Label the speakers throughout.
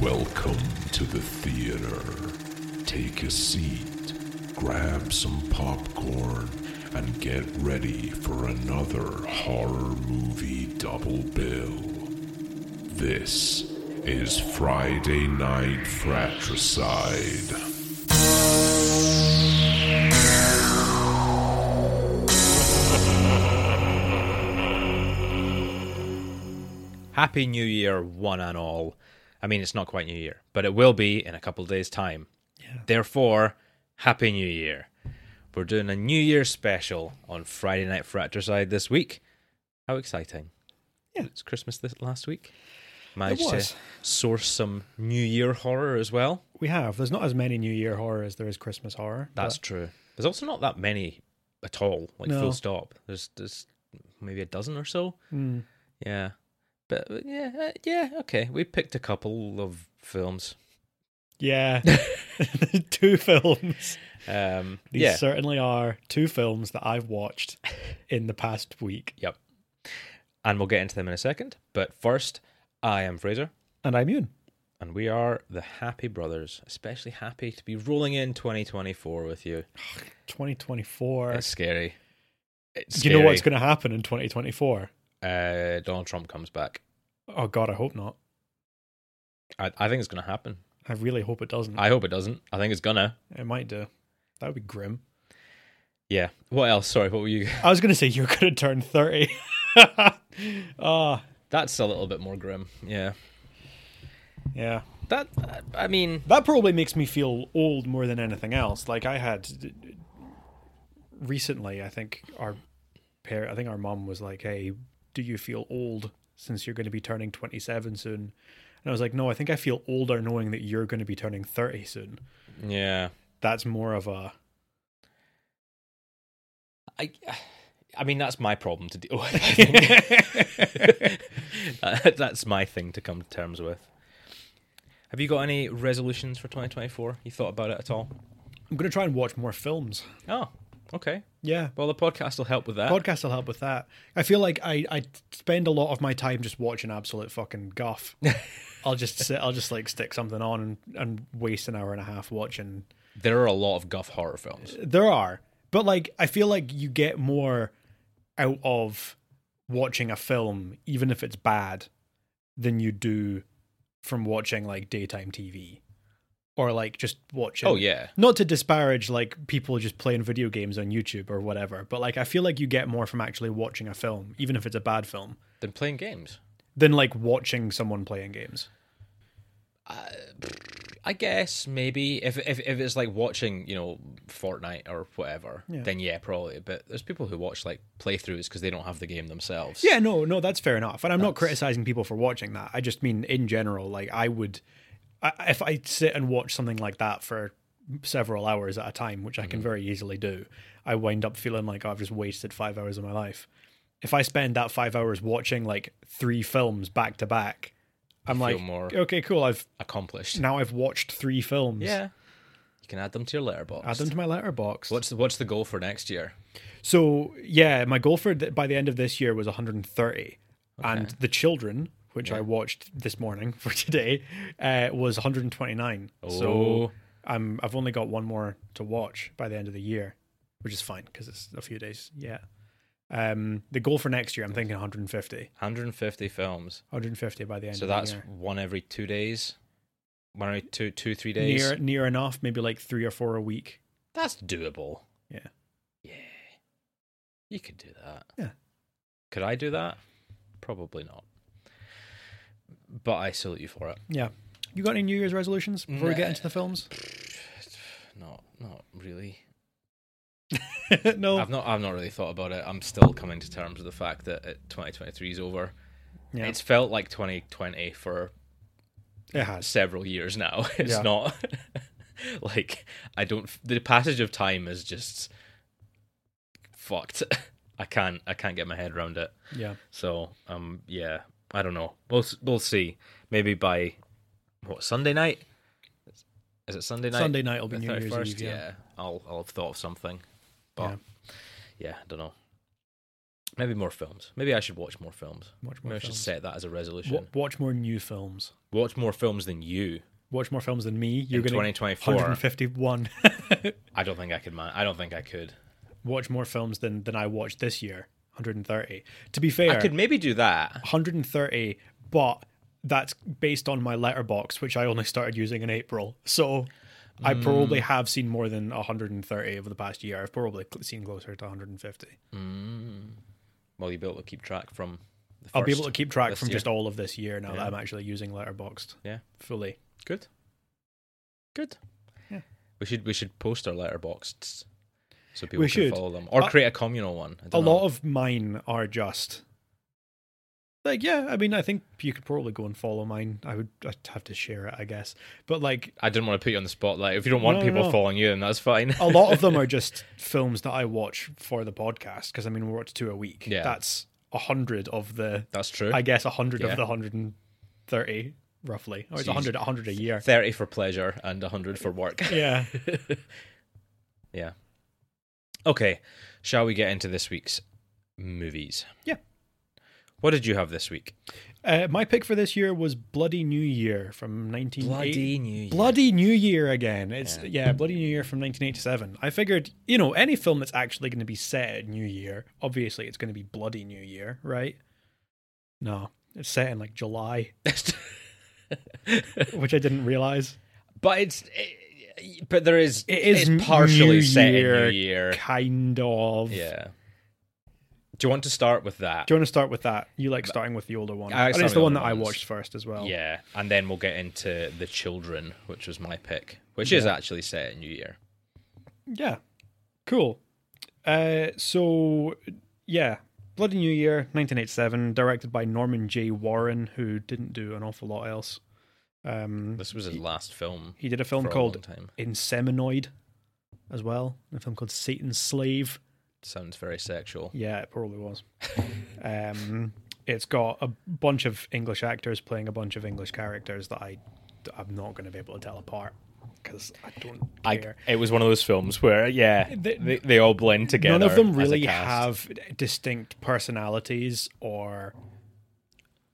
Speaker 1: Welcome to the theater. Take a seat, grab some popcorn, and get ready for another horror movie double bill. This is Friday Night Fratricide.
Speaker 2: Happy New Year, one and all. I mean, it's not quite New Year, but it will be in a couple of days' time. Therefore, Happy New Year. We're doing a New Year special on Friday Night Fratricide this week. How exciting!
Speaker 3: Yeah.
Speaker 2: It's Christmas this last week. Managed to
Speaker 3: was.
Speaker 2: source some New Year horror as well.
Speaker 3: We have. There's not as many New Year horror as there is Christmas horror.
Speaker 2: That's
Speaker 3: but
Speaker 2: true. There's also not that many at all, like
Speaker 3: No.
Speaker 2: full stop. There's there's maybe a dozen or so.
Speaker 3: Hmm.
Speaker 2: Yeah, but but yeah, uh, yeah, okay. We picked a couple of films.
Speaker 3: yeah, two films.
Speaker 2: Um,
Speaker 3: These
Speaker 2: yeah,
Speaker 3: certainly are two films that I've watched in the past week.
Speaker 2: yep. And we'll get into them in a second. But first, I am Fraser,
Speaker 3: And I'm Ewan.
Speaker 2: and we are the Happy Brothers. Especially happy to be rolling in 2024 with you.
Speaker 3: 2024.
Speaker 2: It's scary. It's
Speaker 3: Do you know what's
Speaker 2: scary.
Speaker 3: going to happen in 2024?
Speaker 2: Uh, Donald Trump comes back.
Speaker 3: Oh God, I hope not.
Speaker 2: I, I think it's going to happen.
Speaker 3: I really hope it doesn't.
Speaker 2: I hope it doesn't. I think it's gonna.
Speaker 3: it might do. That would be grim.
Speaker 2: Yeah. What else? Sorry. What were you?
Speaker 3: I was going to say you're going to turn 30. Ah,
Speaker 2: That's a little bit more grim. Yeah.
Speaker 3: yeah.
Speaker 2: That. I mean.
Speaker 3: that probably makes me feel old more than anything else. Like I had recently, I think our pair, I think our mom was like, "Hey, do you feel old since you're going to be turning 27 soon?" And I was like, "No, I think I feel older knowing that you're going to be turning 30 soon."
Speaker 2: Yeah.
Speaker 3: That's more of a
Speaker 2: I. I mean, that's my problem to deal with. I think. That- that's my thing to come to terms with. Have you got any resolutions for 2024? You thought about it at all?
Speaker 3: I'm going to try and watch more films.
Speaker 2: Oh, okay.
Speaker 3: Yeah.
Speaker 2: Well, the podcast will help with that.
Speaker 3: Podcast will help with that. I feel like I, I spend a lot of my time just watching absolute fucking guff. I'll just sit, I'll just like stick something on and, and waste an hour and a half watching
Speaker 2: there are a lot of guff horror films.
Speaker 3: There are, but like I feel like you get more out of watching a film, even if it's bad, than you do from watching like daytime TV or like just watching.
Speaker 2: Oh yeah.
Speaker 3: Not to disparage like people just playing video games on YouTube or whatever, but like I feel like you get more from actually watching a film, even if it's a bad film,
Speaker 2: Then playing games.
Speaker 3: than like watching someone playing games.
Speaker 2: I guess maybe if if if it's like watching you know Fortnite or whatever, then yeah, probably. But there's people who watch like playthroughs because they don't have the game themselves.
Speaker 3: Yeah, no, no, that's fair enough. And I'm not criticizing people for watching that. I just mean in general, like I would, I, if I sit and watch something like that for several hours at a time, which I can
Speaker 2: Mm-hmm.
Speaker 3: very easily do, I wind up feeling like I've just wasted five hours of my life. If I spend that five hours watching like three films back to back, I'm
Speaker 2: feel
Speaker 3: like,
Speaker 2: more-
Speaker 3: okay, cool. I've
Speaker 2: accomplished.
Speaker 3: now I've watched three films.
Speaker 2: Yeah, you can add them to your letterbox.
Speaker 3: Add them to my letterbox.
Speaker 2: What's the, what's the goal for next year?
Speaker 3: So yeah, my goal for th- by the end of this year was 130, and the children, which I watched this morning for today, uh, was 129. So
Speaker 2: Oh.
Speaker 3: I'm I've only got one more to watch by the end of the year, which is fine because it's a few days. Yeah. Um, the goal for next year, I'm thinking 150,
Speaker 2: 150 films.
Speaker 3: 150 by the end.
Speaker 2: So
Speaker 3: of the
Speaker 2: that's
Speaker 3: year.
Speaker 2: one every two days, one every two two three days.
Speaker 3: near near enough, maybe like three or four a week.
Speaker 2: That's doable.
Speaker 3: Yeah.
Speaker 2: Yeah, you could do that.
Speaker 3: Yeah.
Speaker 2: Could I do that? Probably not. But I salute you for it.
Speaker 3: Yeah. You got any New Year's resolutions before we
Speaker 2: Nah.
Speaker 3: get into the films?
Speaker 2: Not not really.
Speaker 3: no.
Speaker 2: I've not I've not really thought about it. I'm still coming to terms with the fact that it, 2023 is over.
Speaker 3: Yeah.
Speaker 2: It's felt like 2020 for
Speaker 3: it has.
Speaker 2: several years now. It's
Speaker 3: Yeah.
Speaker 2: not like I don't. The passage of time is just fucked. I can't. I can't get my head around it.
Speaker 3: Yeah.
Speaker 2: So um, yeah, I don't know. We'll s- we'll see. Maybe by what Sunday night? Is it Sunday night?
Speaker 3: Sunday night will be
Speaker 2: The
Speaker 3: New Year's
Speaker 2: 31st?
Speaker 3: Eve, yeah.
Speaker 2: I'll I'll have thought of something. But yeah, I don't know. Maybe more films. Maybe I should watch more films.
Speaker 3: Watch more
Speaker 2: Maybe I should
Speaker 3: films.
Speaker 2: set that as a resolution.
Speaker 3: Wa- watch more new films.
Speaker 2: Watch more films than you.
Speaker 3: Watch more films than me. You're
Speaker 2: In
Speaker 3: going
Speaker 2: 2024.
Speaker 3: 151.
Speaker 2: I don't think I could. Man- I don't think I could.
Speaker 3: watch more films than than I watched this year. 130. To be fair,
Speaker 2: I could maybe do that.
Speaker 3: 130, but that's based on my letterbox, which I only started using in April. So I
Speaker 2: Hmm.
Speaker 3: probably have seen more than 130 over the past year. I've probably cl- seen closer to 150.
Speaker 2: Well, you'll be able to keep track from. The first.
Speaker 3: I'll be able to keep track
Speaker 2: this
Speaker 3: from
Speaker 2: year.
Speaker 3: just all of this year now
Speaker 2: Yeah.
Speaker 3: that I'm actually using letterboxed
Speaker 2: Yeah.
Speaker 3: fully.
Speaker 2: Good. Good.
Speaker 3: Yeah.
Speaker 2: We should we should post our letterboxed so people can
Speaker 3: should.
Speaker 2: follow them or
Speaker 3: Uh,
Speaker 2: create a communal one. I
Speaker 3: A
Speaker 2: don't know.
Speaker 3: lot of mine are just like yeah. I mean, I think you could probably go and follow mine. I would I'd have to share it, I guess. But like
Speaker 2: I didn't want to put you on the spotlight. If you don't want
Speaker 3: No,
Speaker 2: people
Speaker 3: no.
Speaker 2: following you, then that's fine.
Speaker 3: a lot of them are just films that I watch for the podcast because I mean we watch two a week.
Speaker 2: Yeah.
Speaker 3: that's a hundred of the
Speaker 2: that's true.
Speaker 3: I guess a hundred
Speaker 2: Yeah.
Speaker 3: of the hundred and thirty roughly, or it's
Speaker 2: So you-
Speaker 3: a hundred a hundred a year.
Speaker 2: Thirty for pleasure and hundred for work.
Speaker 3: yeah,
Speaker 2: yeah. Okay. Shall we get into this week's movies?
Speaker 3: Yeah.
Speaker 2: What did you have this week?
Speaker 3: uh, my pick for this year was Bloody New Year from nineteen
Speaker 2: Bloody New Year.
Speaker 3: Bloody New Year again. It's yeah. Bloody New Year from 1987. I figured, you know, any film that's actually going to be set at New Year, obviously it's going to be Bloody New Year, right? No, it's set in like July, which I didn't realize.
Speaker 2: but it's. It, but there is.
Speaker 3: It is
Speaker 2: it's partially
Speaker 3: New
Speaker 2: set
Speaker 3: Year,
Speaker 2: in New Year.
Speaker 3: kind of.
Speaker 2: Yeah. Do you want to start with that?
Speaker 3: Do you want to start with that? You like starting with the older one,
Speaker 2: I like
Speaker 3: and it's
Speaker 2: starting
Speaker 3: the
Speaker 2: with
Speaker 3: one
Speaker 2: the
Speaker 3: that I
Speaker 2: ones.
Speaker 3: watched first as well.
Speaker 2: Yeah, and then we'll get into the children, which was my pick, which is actually set at New Year.
Speaker 3: Yeah. Cool. Uh, so, yeah. Bloody New Year, 1987, directed by Norman J. Warren, who didn't do an awful lot else. Um,
Speaker 2: This was his last film.
Speaker 3: he did a film
Speaker 2: for a
Speaker 3: called
Speaker 2: long time.
Speaker 3: Inseminoid as well, a film called Satan's Slave.
Speaker 2: Sounds very sexual.
Speaker 3: Yeah, it probably was. um, it's got a bunch of English actors playing a bunch of English characters that I, I'm not going to be able to tell apart because I don't care.
Speaker 2: it was one of those films where yeah,
Speaker 3: The- they-
Speaker 2: all blend together.
Speaker 3: None of them really have distinct personalities, or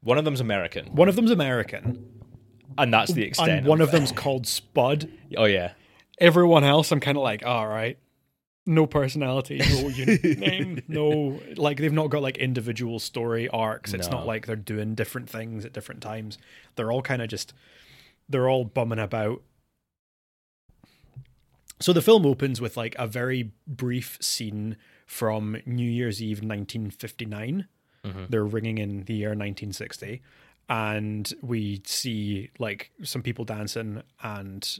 Speaker 2: One of them's American,
Speaker 3: one of them's American,
Speaker 2: and that's the extent.
Speaker 3: and one of them's called Spud.
Speaker 2: oh yeah,
Speaker 3: Everyone else, I'm kind of like, all right, no personality, no unique name, no like they've not got like individual story arcs. It's not
Speaker 2: No.
Speaker 3: like they're doing different things at different times. They're all kind of just they're all bumming about. So the film opens with like a very brief scene from New Year's Eve 1959.
Speaker 2: Mm-hmm.
Speaker 3: They're ringing in the year 1960 and we see like some people dancing and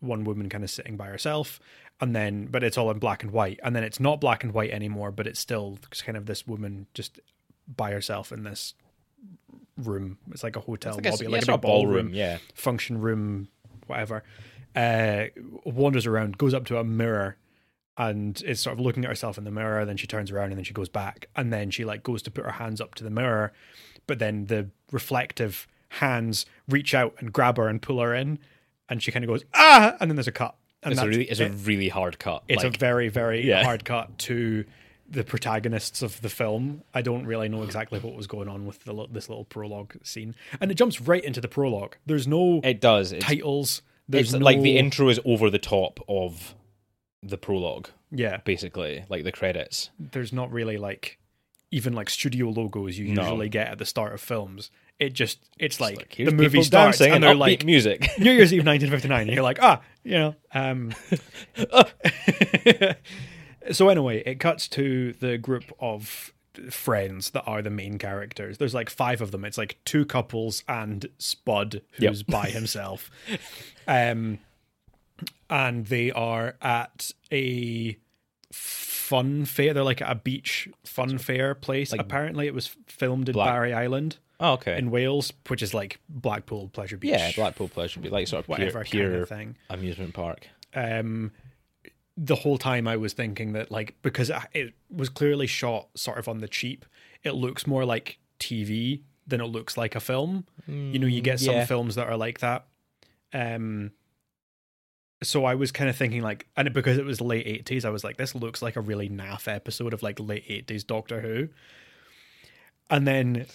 Speaker 3: one woman kind of sitting by herself and then but it's all in black and white and then it's not black and white anymore but it's still just kind of this woman just by herself in this room. It's like a hotel
Speaker 2: like a-
Speaker 3: lobby,
Speaker 2: yeah,
Speaker 3: like
Speaker 2: it's
Speaker 3: a
Speaker 2: not
Speaker 3: big
Speaker 2: a ballroom,
Speaker 3: ballroom,
Speaker 2: yeah.
Speaker 3: function room, whatever. Uh, wanders around, goes up to a mirror, and is sort of looking at herself in the mirror. Then she turns around and then she goes back, and then she like goes to put her hands up to the mirror, but then the reflective hands reach out and grab her and pull her in, and she kind of goes ah, and then there's a cut. And
Speaker 2: it's a
Speaker 3: that's
Speaker 2: really it's a really hard cut.
Speaker 3: it's
Speaker 2: like,
Speaker 3: a very very
Speaker 2: Yeah.
Speaker 3: hard cut to the protagonists of the film i don't really know exactly what was going on with the, li- this little prologue scene and it jumps right into the prologue there's no
Speaker 2: it does. It's,
Speaker 3: titles there's
Speaker 2: it's like the
Speaker 3: no-
Speaker 2: intro is over the top of the prologue,
Speaker 3: yeah
Speaker 2: basically, like the credits.
Speaker 3: there's not really like even like studio logos you
Speaker 2: No.
Speaker 3: usually get at the start of films it just it's like,
Speaker 2: here's
Speaker 3: the movie
Speaker 2: people
Speaker 3: starts
Speaker 2: dancing
Speaker 3: and they're
Speaker 2: upbeat
Speaker 3: like
Speaker 2: music.
Speaker 3: New Year's Eve 1959, and you're like, ah, you know. Um,
Speaker 2: Uh.
Speaker 3: so anyway, it cuts to the group of friends that are the main characters. There's like five of them. It's like two couples and Spud, who's by himself. Um, and they are at a fun fair. They're like at a beach fun fair place. Apparently, it was filmed in
Speaker 2: Black-
Speaker 3: Barry Island.
Speaker 2: Oh, okay.
Speaker 3: In Wales, which is like Blackpool Pleasure Beach,
Speaker 2: Yeah, Blackpool Pleasure Beach, like sort of
Speaker 3: whatever
Speaker 2: pure, pure
Speaker 3: kind of thing.
Speaker 2: amusement park.
Speaker 3: Um, the whole time I was thinking that like because it- it was clearly shot sort of on the cheap, it looks more like TV than it looks like a film. you know, you get some
Speaker 2: yeah.
Speaker 3: films that are like that. Um, so I was kind of thinking like, and because it was late eighties, I was like, this looks like a really naff episode of like late eighties Doctor Who. And then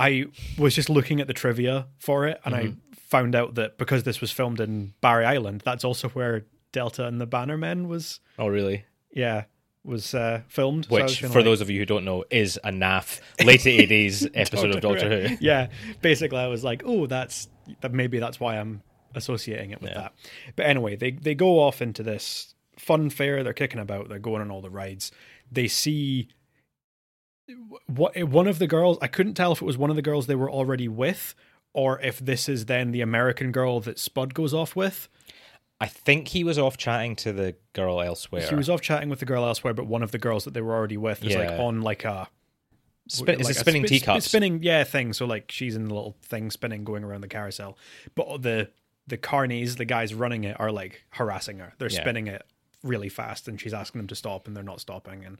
Speaker 3: I was just looking at the trivia for it, and
Speaker 2: Mm-hmm.
Speaker 3: I found out that because this was filmed in Barry Island, that's also where Delta and the Bannermen was,
Speaker 2: Oh, really?
Speaker 3: yeah, was uh, filmed. So I was
Speaker 2: Which,
Speaker 3: kinda
Speaker 2: for
Speaker 3: like-
Speaker 2: those of you who don't know, is a naff late 80s episode of Doctor Who.
Speaker 3: yeah, basically, I was like, oh, that's that. Maybe that's why I'm associating it with that. But anyway, they they go off into this fun fair. They're kicking about. They're going on all the rides. They see what eh, one of the girls. I couldn't tell if it was one of the girls they were already with, or if this is then the American girl that Spud goes off with.
Speaker 2: I think he was off chatting to the girl elsewhere.
Speaker 3: She was off chatting with the girl elsewhere, but one of the girls that they were already with is like
Speaker 2: Yeah.
Speaker 3: on like a.
Speaker 2: Spin- is
Speaker 3: like
Speaker 2: it
Speaker 3: a
Speaker 2: spinning
Speaker 3: spin- spin-
Speaker 2: teacups?
Speaker 3: Spinning, yeah, thing. So like she's in the little thing spinning, going around the carousel. But the the carnies, the guys running it, are like harassing her. They're
Speaker 2: Yeah.
Speaker 3: spinning it really fast, and she's asking them to stop, and they're not stopping. And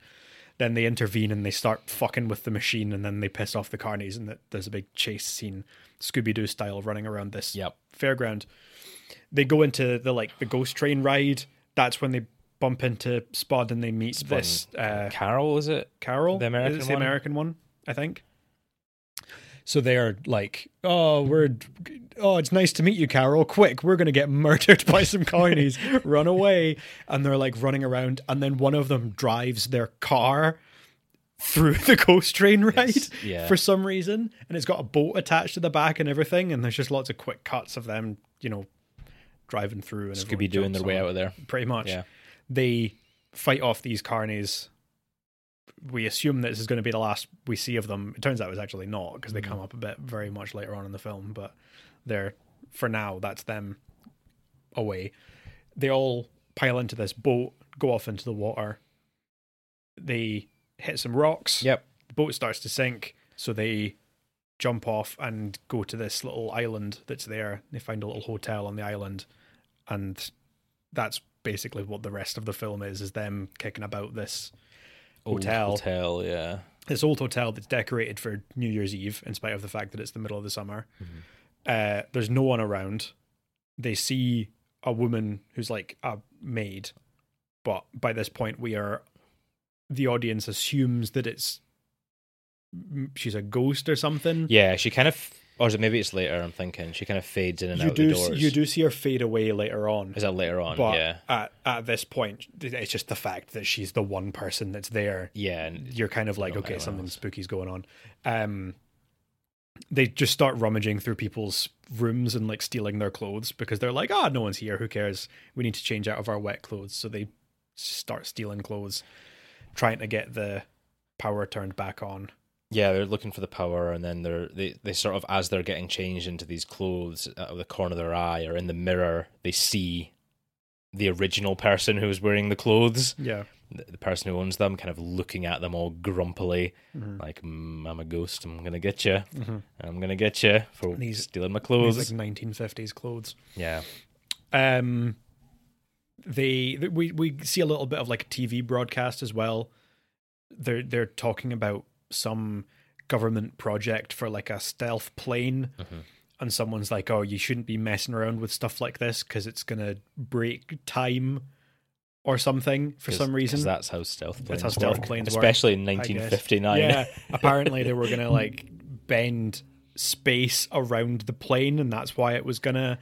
Speaker 3: then they intervene and they start fucking with the machine, and then they piss off the carnies, and th- there's a big chase scene, Scooby Doo style, running around this
Speaker 2: Yep.
Speaker 3: fairground. They go into the like the ghost train ride. That's when they bump into Spud and they meet this uh,
Speaker 2: Carol, is it?
Speaker 3: Carol,
Speaker 2: The American
Speaker 3: Is it the
Speaker 2: one?
Speaker 3: American one, I think. So they are like, oh, we're, oh, it's nice to meet you, Carol. Quick, we're gonna get murdered by some carnies. Run away! And they're like running around, and then one of them drives their car through the ghost train ride
Speaker 2: yeah.
Speaker 3: for some reason, and it's got a boat attached to the back and everything, and there's just lots of quick cuts of them, you know, driving through and
Speaker 2: Could be doing
Speaker 3: everyone jumps
Speaker 2: their way
Speaker 3: on
Speaker 2: out of there.
Speaker 3: pretty much.
Speaker 2: Yeah.
Speaker 3: They fight off these carnies. We assume that this is going to be the last we see of them. It turns out it's actually not because they come up a bit very much later on in the film, but they're for now that's them away. They all pile into this boat, go off into the water. They hit some rocks.
Speaker 2: Yep.
Speaker 3: The boat starts to sink, so they jump off and go to this little island that's there. They find a little hotel on the island, and that's basically what the rest of the film is: is them kicking about this
Speaker 2: Old
Speaker 3: Hotel.
Speaker 2: Hotel, yeah.
Speaker 3: this old hotel that's decorated for New Year's Eve, in spite of the fact that it's the middle of the summer.
Speaker 2: Mm-hmm.
Speaker 3: Uh, there's no one around. They see a woman who's like a maid, but by this point, we are the audience assumes that it's she's a ghost or something.
Speaker 2: Yeah, she kind of, or is it maybe it's later? I'm thinking she kind of fades in and
Speaker 3: you
Speaker 2: out
Speaker 3: do
Speaker 2: the
Speaker 3: see,
Speaker 2: doors.
Speaker 3: you do see her fade away later on.
Speaker 2: Is that later on?
Speaker 3: But
Speaker 2: yeah,
Speaker 3: at, at this point, it's just the fact that she's the one person that's there.
Speaker 2: yeah. And
Speaker 3: You're kind of like,
Speaker 2: Not
Speaker 3: okay,
Speaker 2: anyone
Speaker 3: something
Speaker 2: else.
Speaker 3: spooky's going on. Um, they just start rummaging through people's rooms and like stealing their clothes because they're like, ah, no one's here. Who cares? We need to change out of our wet clothes. So they start stealing clothes, trying to get the power turned back on.
Speaker 2: yeah, they're looking for the power, and then they're they, they sort of as they're getting changed into these clothes out of the corner of their eye or in the mirror, they see the original person who was wearing the clothes,
Speaker 3: Yeah.
Speaker 2: the, the person who owns them, kind of looking at them all grumpily,
Speaker 3: Mm-hmm.
Speaker 2: like mm, "I'm a ghost. I'm gonna get you. I'm gonna get you for
Speaker 3: These-
Speaker 2: stealing my
Speaker 3: It was
Speaker 2: clothes."
Speaker 3: like 1950s clothes.
Speaker 2: yeah,
Speaker 3: um they th- we we see a little bit of like a TV broadcast as well. They're they're talking about some government project for like a stealth plane and someone's like, "Oh, you shouldn't be messing around with stuff like this cuz it's going to break time or something for
Speaker 2: 'Cause-
Speaker 3: some
Speaker 2: 'cause
Speaker 3: reason."
Speaker 2: that's how stealth planes
Speaker 3: how stealth
Speaker 2: work,
Speaker 3: planes work,
Speaker 2: especially in
Speaker 3: I guess.
Speaker 2: 1959.
Speaker 3: Yeah, apparently they were going to like bend space around the plane and that's why it was going to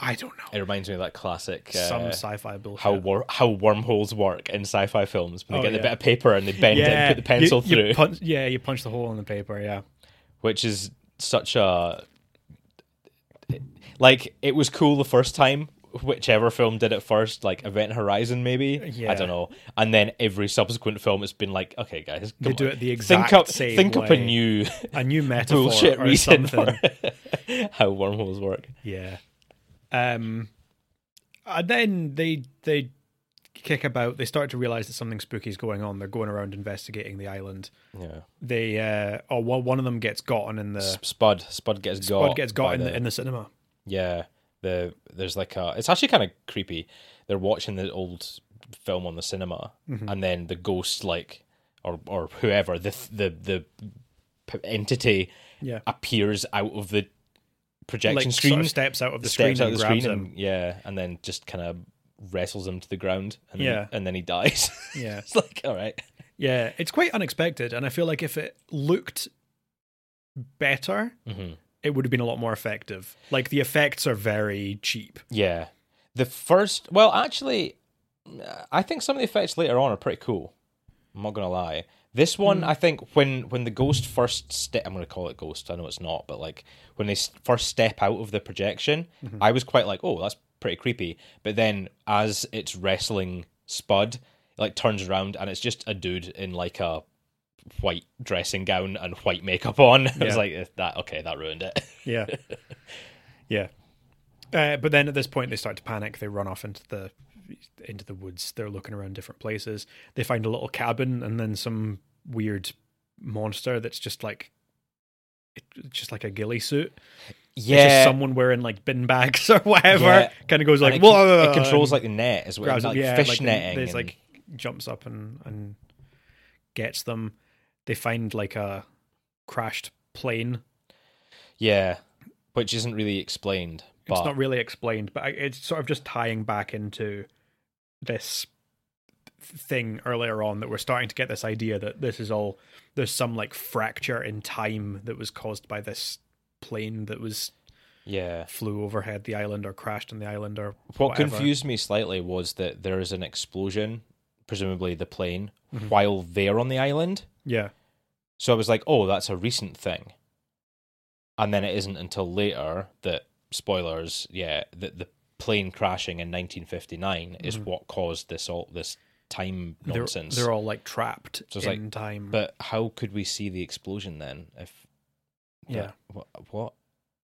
Speaker 3: I don't know.
Speaker 2: It reminds me of that classic uh,
Speaker 3: some sci-fi bullshit.
Speaker 2: how wor- how wormholes work in sci-fi films. When they get
Speaker 3: Oh,
Speaker 2: the bit
Speaker 3: yeah.
Speaker 2: of paper and they bend it and put the pencil
Speaker 3: you, you
Speaker 2: through,
Speaker 3: punch- yeah, you punch the hole in the paper. Yeah,
Speaker 2: which is such a like it was cool the first time. Whichever film did it first, like Event Horizon, maybe I
Speaker 3: Yeah.
Speaker 2: don't know, and then every subsequent film has been like, okay, guys,
Speaker 3: They
Speaker 2: come
Speaker 3: do
Speaker 2: on.
Speaker 3: it the
Speaker 2: think
Speaker 3: exact
Speaker 2: up,
Speaker 3: same
Speaker 2: think up a
Speaker 3: way.
Speaker 2: new
Speaker 3: a new metaphor
Speaker 2: bullshit
Speaker 3: or
Speaker 2: reason
Speaker 3: something.
Speaker 2: for how wormholes work.
Speaker 3: Yeah. Um, and then they they kick about. They start to realize that something spooky is going on. They're going around investigating the island.
Speaker 2: Yeah,
Speaker 3: They uh, oh, well, one of them gets gotten in the
Speaker 2: Spud, Spud gets got,
Speaker 3: Spud gets
Speaker 2: by
Speaker 3: got in the, in the cinema.
Speaker 2: Yeah, the there's like a. It's actually kind of creepy. They're watching the old film on the cinema,
Speaker 3: Mm-hmm.
Speaker 2: and then the ghost, like, or or whoever the the the p- entity
Speaker 3: Yeah.
Speaker 2: appears out of the projection
Speaker 3: like
Speaker 2: screen.
Speaker 3: sort of steps out of the
Speaker 2: steps
Speaker 3: screen
Speaker 2: out
Speaker 3: and
Speaker 2: of the
Speaker 3: grabs
Speaker 2: screen
Speaker 3: him.
Speaker 2: and, yeah, and then just kind of wrestles him to the ground. And
Speaker 3: Yeah.
Speaker 2: then, and then he dies.
Speaker 3: Yeah.
Speaker 2: it's like all right.
Speaker 3: Yeah, it's quite unexpected, and I feel like if it looked better,
Speaker 2: Mhm.
Speaker 3: it would have been a lot more effective. Like the effects are very cheap.
Speaker 2: Yeah, the first. Well, actually, uh, I think some of the effects later on are pretty cool. I'm not gonna lie. This one,
Speaker 3: Hmm.
Speaker 2: I think, when when the ghost first step, I'm gonna call it ghost. I know it's not, but like when they s- first step out of the projection,
Speaker 3: Mm-hmm.
Speaker 2: I was quite like, oh, that's pretty creepy. But then as it's wrestling Spud, it, like turns around and it's just a dude in like a white dressing gown and white makeup on. I
Speaker 3: Yeah.
Speaker 2: was like, eh, that okay, that ruined it.
Speaker 3: Yeah, yeah. Uh, but then at this point, they start to panic. They run off into the into the woods. They're looking around different places. They find a little cabin, and then some weird monster that's just like it's just like a ghillie suit.
Speaker 2: Yeah,
Speaker 3: It's just someone wearing like bin bags or whatever.
Speaker 2: Yeah.
Speaker 3: Kind of goes like,
Speaker 2: And it,
Speaker 3: whoa!
Speaker 2: con- it controls
Speaker 3: and-
Speaker 2: like the net as well,
Speaker 3: grabs
Speaker 2: like
Speaker 3: it, yeah,
Speaker 2: fish
Speaker 3: like, and
Speaker 2: netting.
Speaker 3: There's
Speaker 2: and-
Speaker 3: like jumps up and and gets them. They find like a crashed plane.
Speaker 2: yeah, which isn't really explained. But
Speaker 3: it's not really explained, but I- it's sort of just tying back into this th- thing earlier on that we're starting to get this idea that this is all there's some like fracture in time that was caused by this plane that was
Speaker 2: yeah,
Speaker 3: flew overhead the island or crashed on the island or
Speaker 2: what
Speaker 3: whatever.
Speaker 2: confused me slightly was that there is an explosion, presumably the plane,
Speaker 3: Mm-hmm.
Speaker 2: while they're on the island.
Speaker 3: yeah
Speaker 2: So I was like, oh, that's a recent thing. And then it isn't until later that spoilers, yeah, that the plane crashing in 1959 is
Speaker 3: Mm-hmm.
Speaker 2: what caused this all this time
Speaker 3: They're-
Speaker 2: nonsense.
Speaker 3: they're, all like trapped
Speaker 2: So it's
Speaker 3: in
Speaker 2: like-
Speaker 3: time
Speaker 2: But how could we see the explosion then? If
Speaker 3: Yeah.
Speaker 2: what, what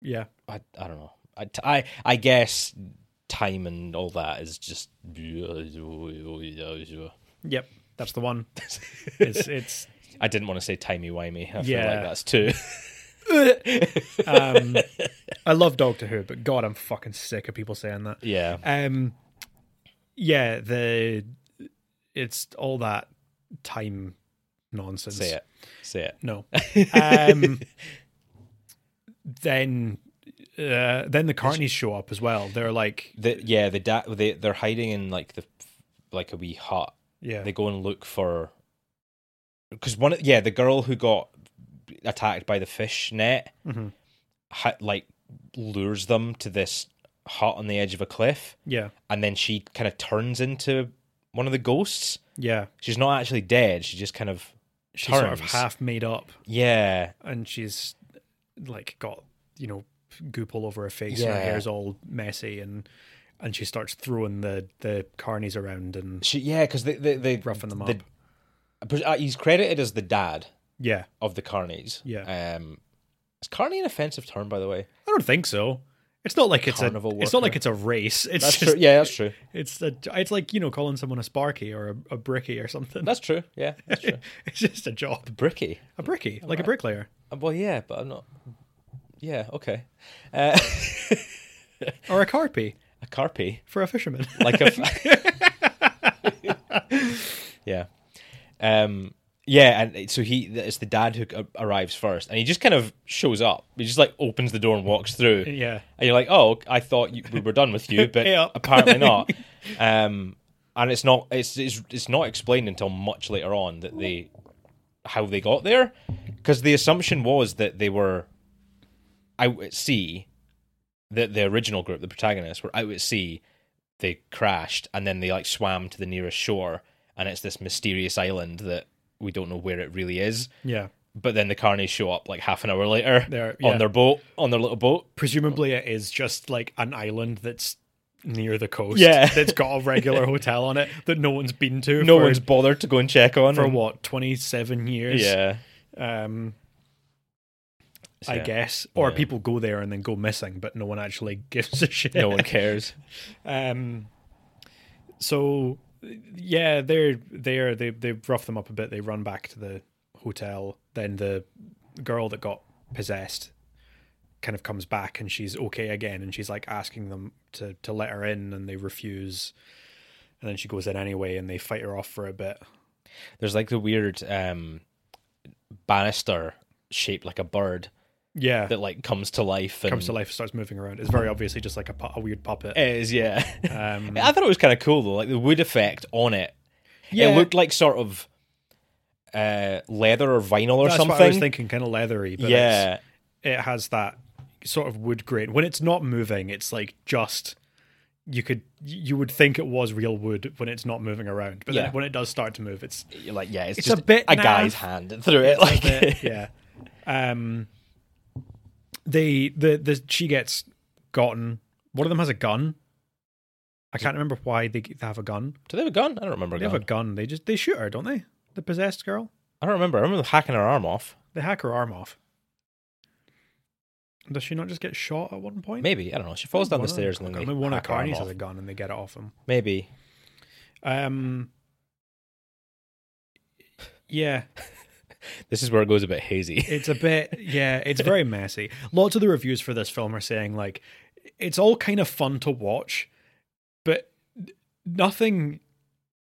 Speaker 3: yeah
Speaker 2: I, I don't know. I, t- I, I guess time and all that is just. I
Speaker 3: Yep, that's the one. it's it's
Speaker 2: didn't want to say timey wimey. I feel
Speaker 3: Yeah.
Speaker 2: like that's too.
Speaker 3: um I love Doctor Who, but god, I'm fucking sick of people saying that.
Speaker 2: Yeah.
Speaker 3: Um yeah, the it's all that time nonsense.
Speaker 2: Say it. Say it.
Speaker 3: No. Um then uh, then the carnies show up as well. They're like
Speaker 2: The, yeah, the da- they, they're hiding in like the like a wee hut.
Speaker 3: yeah.
Speaker 2: They go and look for because one. of- Yeah, the girl who got attacked by the fish net,
Speaker 3: Mhm.
Speaker 2: ha- like lures them to this hut on the edge of a cliff.
Speaker 3: yeah.
Speaker 2: and then she kind of turns into one of the ghosts.
Speaker 3: Yeah.
Speaker 2: She's not actually dead. She just kind of
Speaker 3: She's sort of
Speaker 2: Turns.
Speaker 3: half made up
Speaker 2: yeah,
Speaker 3: and she's like got you know goop all over her face and her
Speaker 2: Yeah.
Speaker 3: hair's all messy and and she starts throwing the the carnies around and
Speaker 2: she yeah because the the, the
Speaker 3: roughing them up
Speaker 2: the- uh, he's credited as the dad
Speaker 3: yeah
Speaker 2: of the carnies.
Speaker 3: Yeah.
Speaker 2: Um, is carny an offensive term by the way?
Speaker 3: i don't think so it's not like it's a
Speaker 2: Carnival
Speaker 3: it's not
Speaker 2: worker.
Speaker 3: like it's a race it's
Speaker 2: That's
Speaker 3: just
Speaker 2: true. Yeah, that's true.
Speaker 3: it's a, it's like you know calling someone a sparky or a, a bricky or something
Speaker 2: That's true. Yeah, that's true.
Speaker 3: it's just a job
Speaker 2: Bricky.
Speaker 3: a bricky like a bricklayer
Speaker 2: Uh, Well, yeah, but I'm not. Yeah, okay. Uh,
Speaker 3: or a carpy
Speaker 2: a carpy.
Speaker 3: for a fisherman
Speaker 2: like a f- yeah um yeah and it- so he it's the dad who a- arrives first and he just kind of shows up he just like opens the door and walks through
Speaker 3: yeah
Speaker 2: and you're like oh i thought you, we were done with you but
Speaker 3: Yeah.
Speaker 2: apparently not um and it's not it's, it's it's not explained until much later on that they how they got there because the assumption was that they were out at sea that the original group the protagonists were out at sea they crashed and then they like swam to the nearest shore and it's this mysterious island that we don't know where it really is
Speaker 3: yeah
Speaker 2: but then the carnies show up like half an hour later
Speaker 3: They're- yeah.
Speaker 2: on their boat on their little boat
Speaker 3: presumably it is just like an island that's near the coast
Speaker 2: Yeah.
Speaker 3: that's got a regular hotel on it that no one's been to
Speaker 2: no
Speaker 3: for,
Speaker 2: one's bothered to go and check on
Speaker 3: for
Speaker 2: and-
Speaker 3: what 27 years
Speaker 2: yeah
Speaker 3: um i
Speaker 2: Yeah.
Speaker 3: guess or
Speaker 2: Yeah.
Speaker 3: people go there and then go missing but no one actually gives a shit
Speaker 2: no one cares
Speaker 3: um so yeah they're they're they, they rough them up a bit they run back to the hotel then the girl that got possessed kind of comes back and she's okay again and she's like asking them to to let her in and they refuse and then she goes in anyway and they fight her off for a bit
Speaker 2: there's like the weird um banister shaped like a bird
Speaker 3: yeah,
Speaker 2: that like comes to life and
Speaker 3: comes to life, starts moving around. It's
Speaker 2: Mm-hmm.
Speaker 3: very obviously just like a, pu- a weird puppet.
Speaker 2: It is, yeah.
Speaker 3: Um,
Speaker 2: I thought it was kind of cool though, like the wood effect on it.
Speaker 3: Yeah.
Speaker 2: It looked like sort of uh, leather or vinyl or
Speaker 3: that's
Speaker 2: something.
Speaker 3: what I was thinking, kind of leathery. But it's-
Speaker 2: yeah,
Speaker 3: it has that sort of wood grain. When it's not moving, it's like just you could you would think it was real wood when it's not moving around, but
Speaker 2: Yeah.
Speaker 3: then when it does start to move, it's
Speaker 2: You're like yeah, it's,
Speaker 3: It's
Speaker 2: just
Speaker 3: a bit naff.
Speaker 2: guy's hand through it. Like
Speaker 3: yeah. Um, they the the she gets gotten. One of them has a gun. I can't remember why they, they have a gun.
Speaker 2: do they have a gun? I don't remember. A
Speaker 3: They have a
Speaker 2: gun.
Speaker 3: gun. They just they shoot her, don't they? The possessed girl.
Speaker 2: I don't remember. I remember them hacking her arm off.
Speaker 3: They hack her arm off. Does she not just get shot at one point?
Speaker 2: Maybe I don't know. She falls down the stairs and then
Speaker 3: maybe
Speaker 2: they
Speaker 3: one of
Speaker 2: hack
Speaker 3: the
Speaker 2: her arm
Speaker 3: carnies
Speaker 2: off.
Speaker 3: has a gun and they get it off him.
Speaker 2: Maybe
Speaker 3: Um. Yeah,
Speaker 2: this is where it goes a bit hazy.
Speaker 3: it's a bit. Yeah, it's very messy. Lots of the reviews for this film are saying like, it's all kind of fun to watch, but nothing.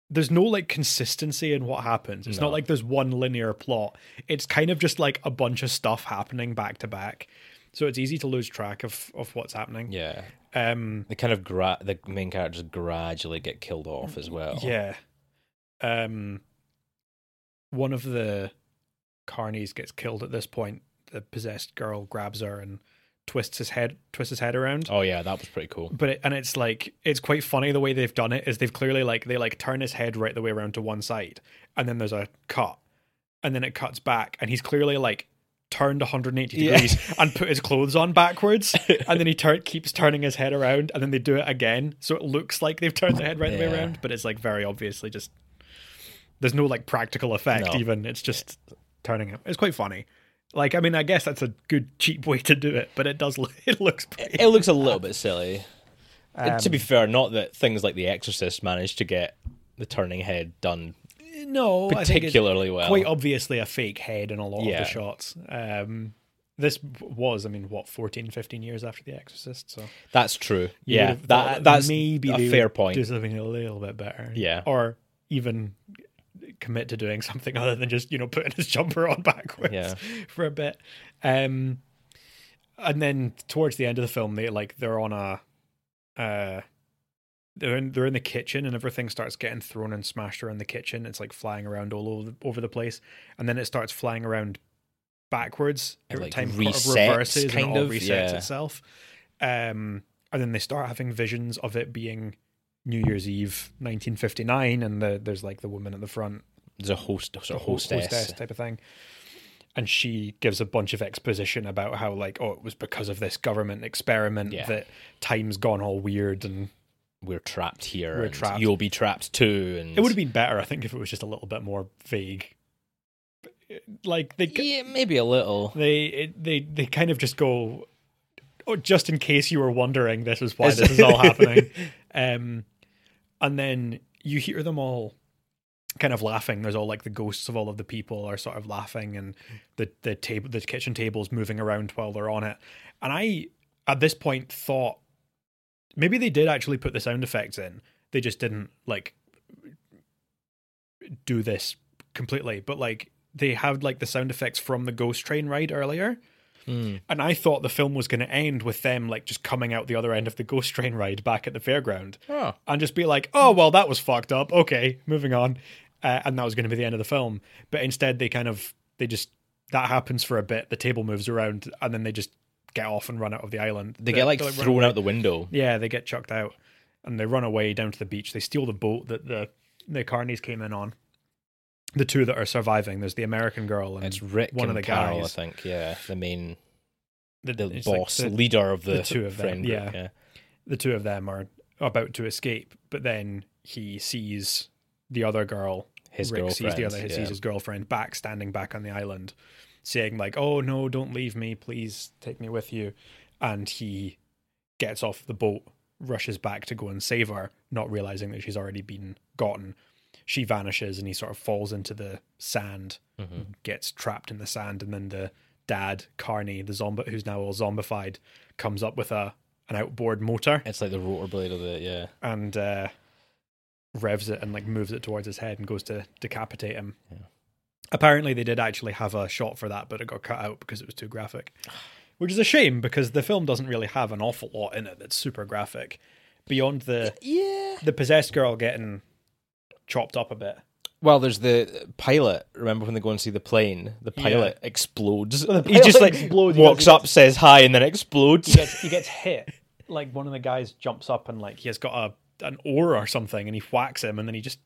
Speaker 3: There's no like consistency in what happens. It's
Speaker 2: No.
Speaker 3: not like there's one linear plot. It's kind of just like a bunch of stuff happening back to back, so it's easy to lose track of of what's happening.
Speaker 2: yeah,
Speaker 3: Um.
Speaker 2: the kind of gra- the main characters gradually get killed off as well.
Speaker 3: Yeah. Um one of the carnies gets killed at this point. The possessed girl grabs her and twists his head twists his head around.
Speaker 2: Oh yeah, that was pretty cool.
Speaker 3: But it, and it's like it's quite funny the way they've done it is they've clearly like they like turn his head right the way around to one side and then there's a cut and then it cuts back and he's clearly like turned 180
Speaker 2: Yeah.
Speaker 3: degrees and put his clothes on backwards and then he tur- keeps turning his head around and then they do it again so it looks like they've turned the head right the
Speaker 2: Yeah.
Speaker 3: way around but it's like very obviously just there's no like practical effect
Speaker 2: No.
Speaker 3: even it's just turning it it's quite funny like i mean i guess that's a good cheap way to do it but it does look it looks pretty
Speaker 2: It looks a little bit silly.
Speaker 3: Um,
Speaker 2: to be fair, not that things like The Exorcist managed to get the turning head done
Speaker 3: no I think it's-
Speaker 2: particularly well.
Speaker 3: quite obviously a fake head in a lot
Speaker 2: Yeah.
Speaker 3: of the shots. Um, this w- was, I mean, what 14, 15 years after The Exorcist, so
Speaker 2: that's true.
Speaker 3: you
Speaker 2: Yeah,
Speaker 3: would've thought
Speaker 2: that, that's
Speaker 3: maybe
Speaker 2: maybe a
Speaker 3: they
Speaker 2: fair
Speaker 3: would
Speaker 2: point.
Speaker 3: Do something a little bit better,
Speaker 2: Yeah.
Speaker 3: or even commit to doing something other than just you know putting his jumper on backwards
Speaker 2: Yeah.
Speaker 3: for a bit. Um, and then towards the end of the film, they like they're on a. Uh, they're in, they're in the kitchen and everything starts getting thrown and smashed around the kitchen. It's like flying around all over, over the place, and then it starts flying around backwards
Speaker 2: It,
Speaker 3: every
Speaker 2: like,
Speaker 3: time
Speaker 2: resets,
Speaker 3: it reverses
Speaker 2: kind
Speaker 3: and it all
Speaker 2: of,
Speaker 3: resets
Speaker 2: yeah.
Speaker 3: itself. Um, and then they start having visions of it being New Year's Eve, 1959, and the, there's like the woman at the front
Speaker 2: There's a host, sort of
Speaker 3: ho-
Speaker 2: hostess.
Speaker 3: type of thing. And she gives a bunch of exposition about how, like, oh, it was because of this government experiment
Speaker 2: Yeah.
Speaker 3: that time's gone all weird. And
Speaker 2: We're trapped here.
Speaker 3: We're
Speaker 2: and
Speaker 3: trapped.
Speaker 2: You'll be trapped too. And
Speaker 3: it would have been better, I think, if it was just a little bit more vague. Like, they,
Speaker 2: yeah, maybe a little.
Speaker 3: they, it, they, they kind of just go, oh, just in case you were wondering, this is why
Speaker 2: It's-
Speaker 3: this is all happening. Um, and then you hear them all kind of laughing. There's all like the ghosts of all of the people are sort of laughing, and the the table, the kitchen table's moving around while they're on it. And I, at this point, thought maybe they did actually put the sound effects in. They just didn't like do this completely. But like they had like the sound effects from the ghost train ride earlier.
Speaker 2: Hmm.
Speaker 3: And I thought the film was going to end with them like just coming out the other end of the ghost train ride back at the fairground
Speaker 2: Oh,
Speaker 3: and just be like, oh, well, that was fucked up. Okay, moving on. Uh, and that was going to be the end of the film. But instead, they kind of, they just, that happens for a bit. The table moves around and then they just get off and run out of the island.
Speaker 2: they get like
Speaker 3: they, run
Speaker 2: thrown
Speaker 3: away.
Speaker 2: out the window.
Speaker 3: Yeah, they get chucked out and they run away down to the beach. They steal the boat that the, the carnies came in on. The two that are surviving there's the American girl and
Speaker 2: It's Rick
Speaker 3: one
Speaker 2: and
Speaker 3: of the
Speaker 2: Carol,
Speaker 3: guys.
Speaker 2: I think. Yeah, the main, the
Speaker 3: it's like
Speaker 2: boss,
Speaker 3: the-
Speaker 2: leader of the,
Speaker 3: the two of them,
Speaker 2: friend group,
Speaker 3: yeah. the two of them are about to escape, but then he sees the other girl.
Speaker 2: His
Speaker 3: Rick sees the
Speaker 2: girlfriend,
Speaker 3: other, he
Speaker 2: yeah.
Speaker 3: sees his girlfriend back standing back on the island, saying like, "Oh no, don't leave me, please take me with you," and he gets off the boat, rushes back to go and save her, not realizing that she's already been gotten. She vanishes, and he sort of falls into the sand, gets trapped in the sand, and then the dad Carney, the zombie who's now all zombified, comes up with a an outboard motor
Speaker 2: It's like the rotor blade of the yeah.
Speaker 3: and uh, revs it and like moves it towards his head and goes to decapitate him. Apparently, they did actually have a shot for that, but it got cut out because it was too graphic. which is a shame because the film doesn't really have an awful lot in it that's super graphic beyond the
Speaker 2: Yeah.
Speaker 3: the possessed girl getting chopped up a bit.
Speaker 2: Well, there's the pilot. Remember when they go and see the plane? The pilot explodes. he
Speaker 3: pilot
Speaker 2: just like
Speaker 3: explodes, he
Speaker 2: walks
Speaker 3: does, he
Speaker 2: up, says hi, and then explodes.
Speaker 3: He gets, he gets hit. Like one of the guys jumps up and like he has got a an oar or something, and he whacks him, and then he just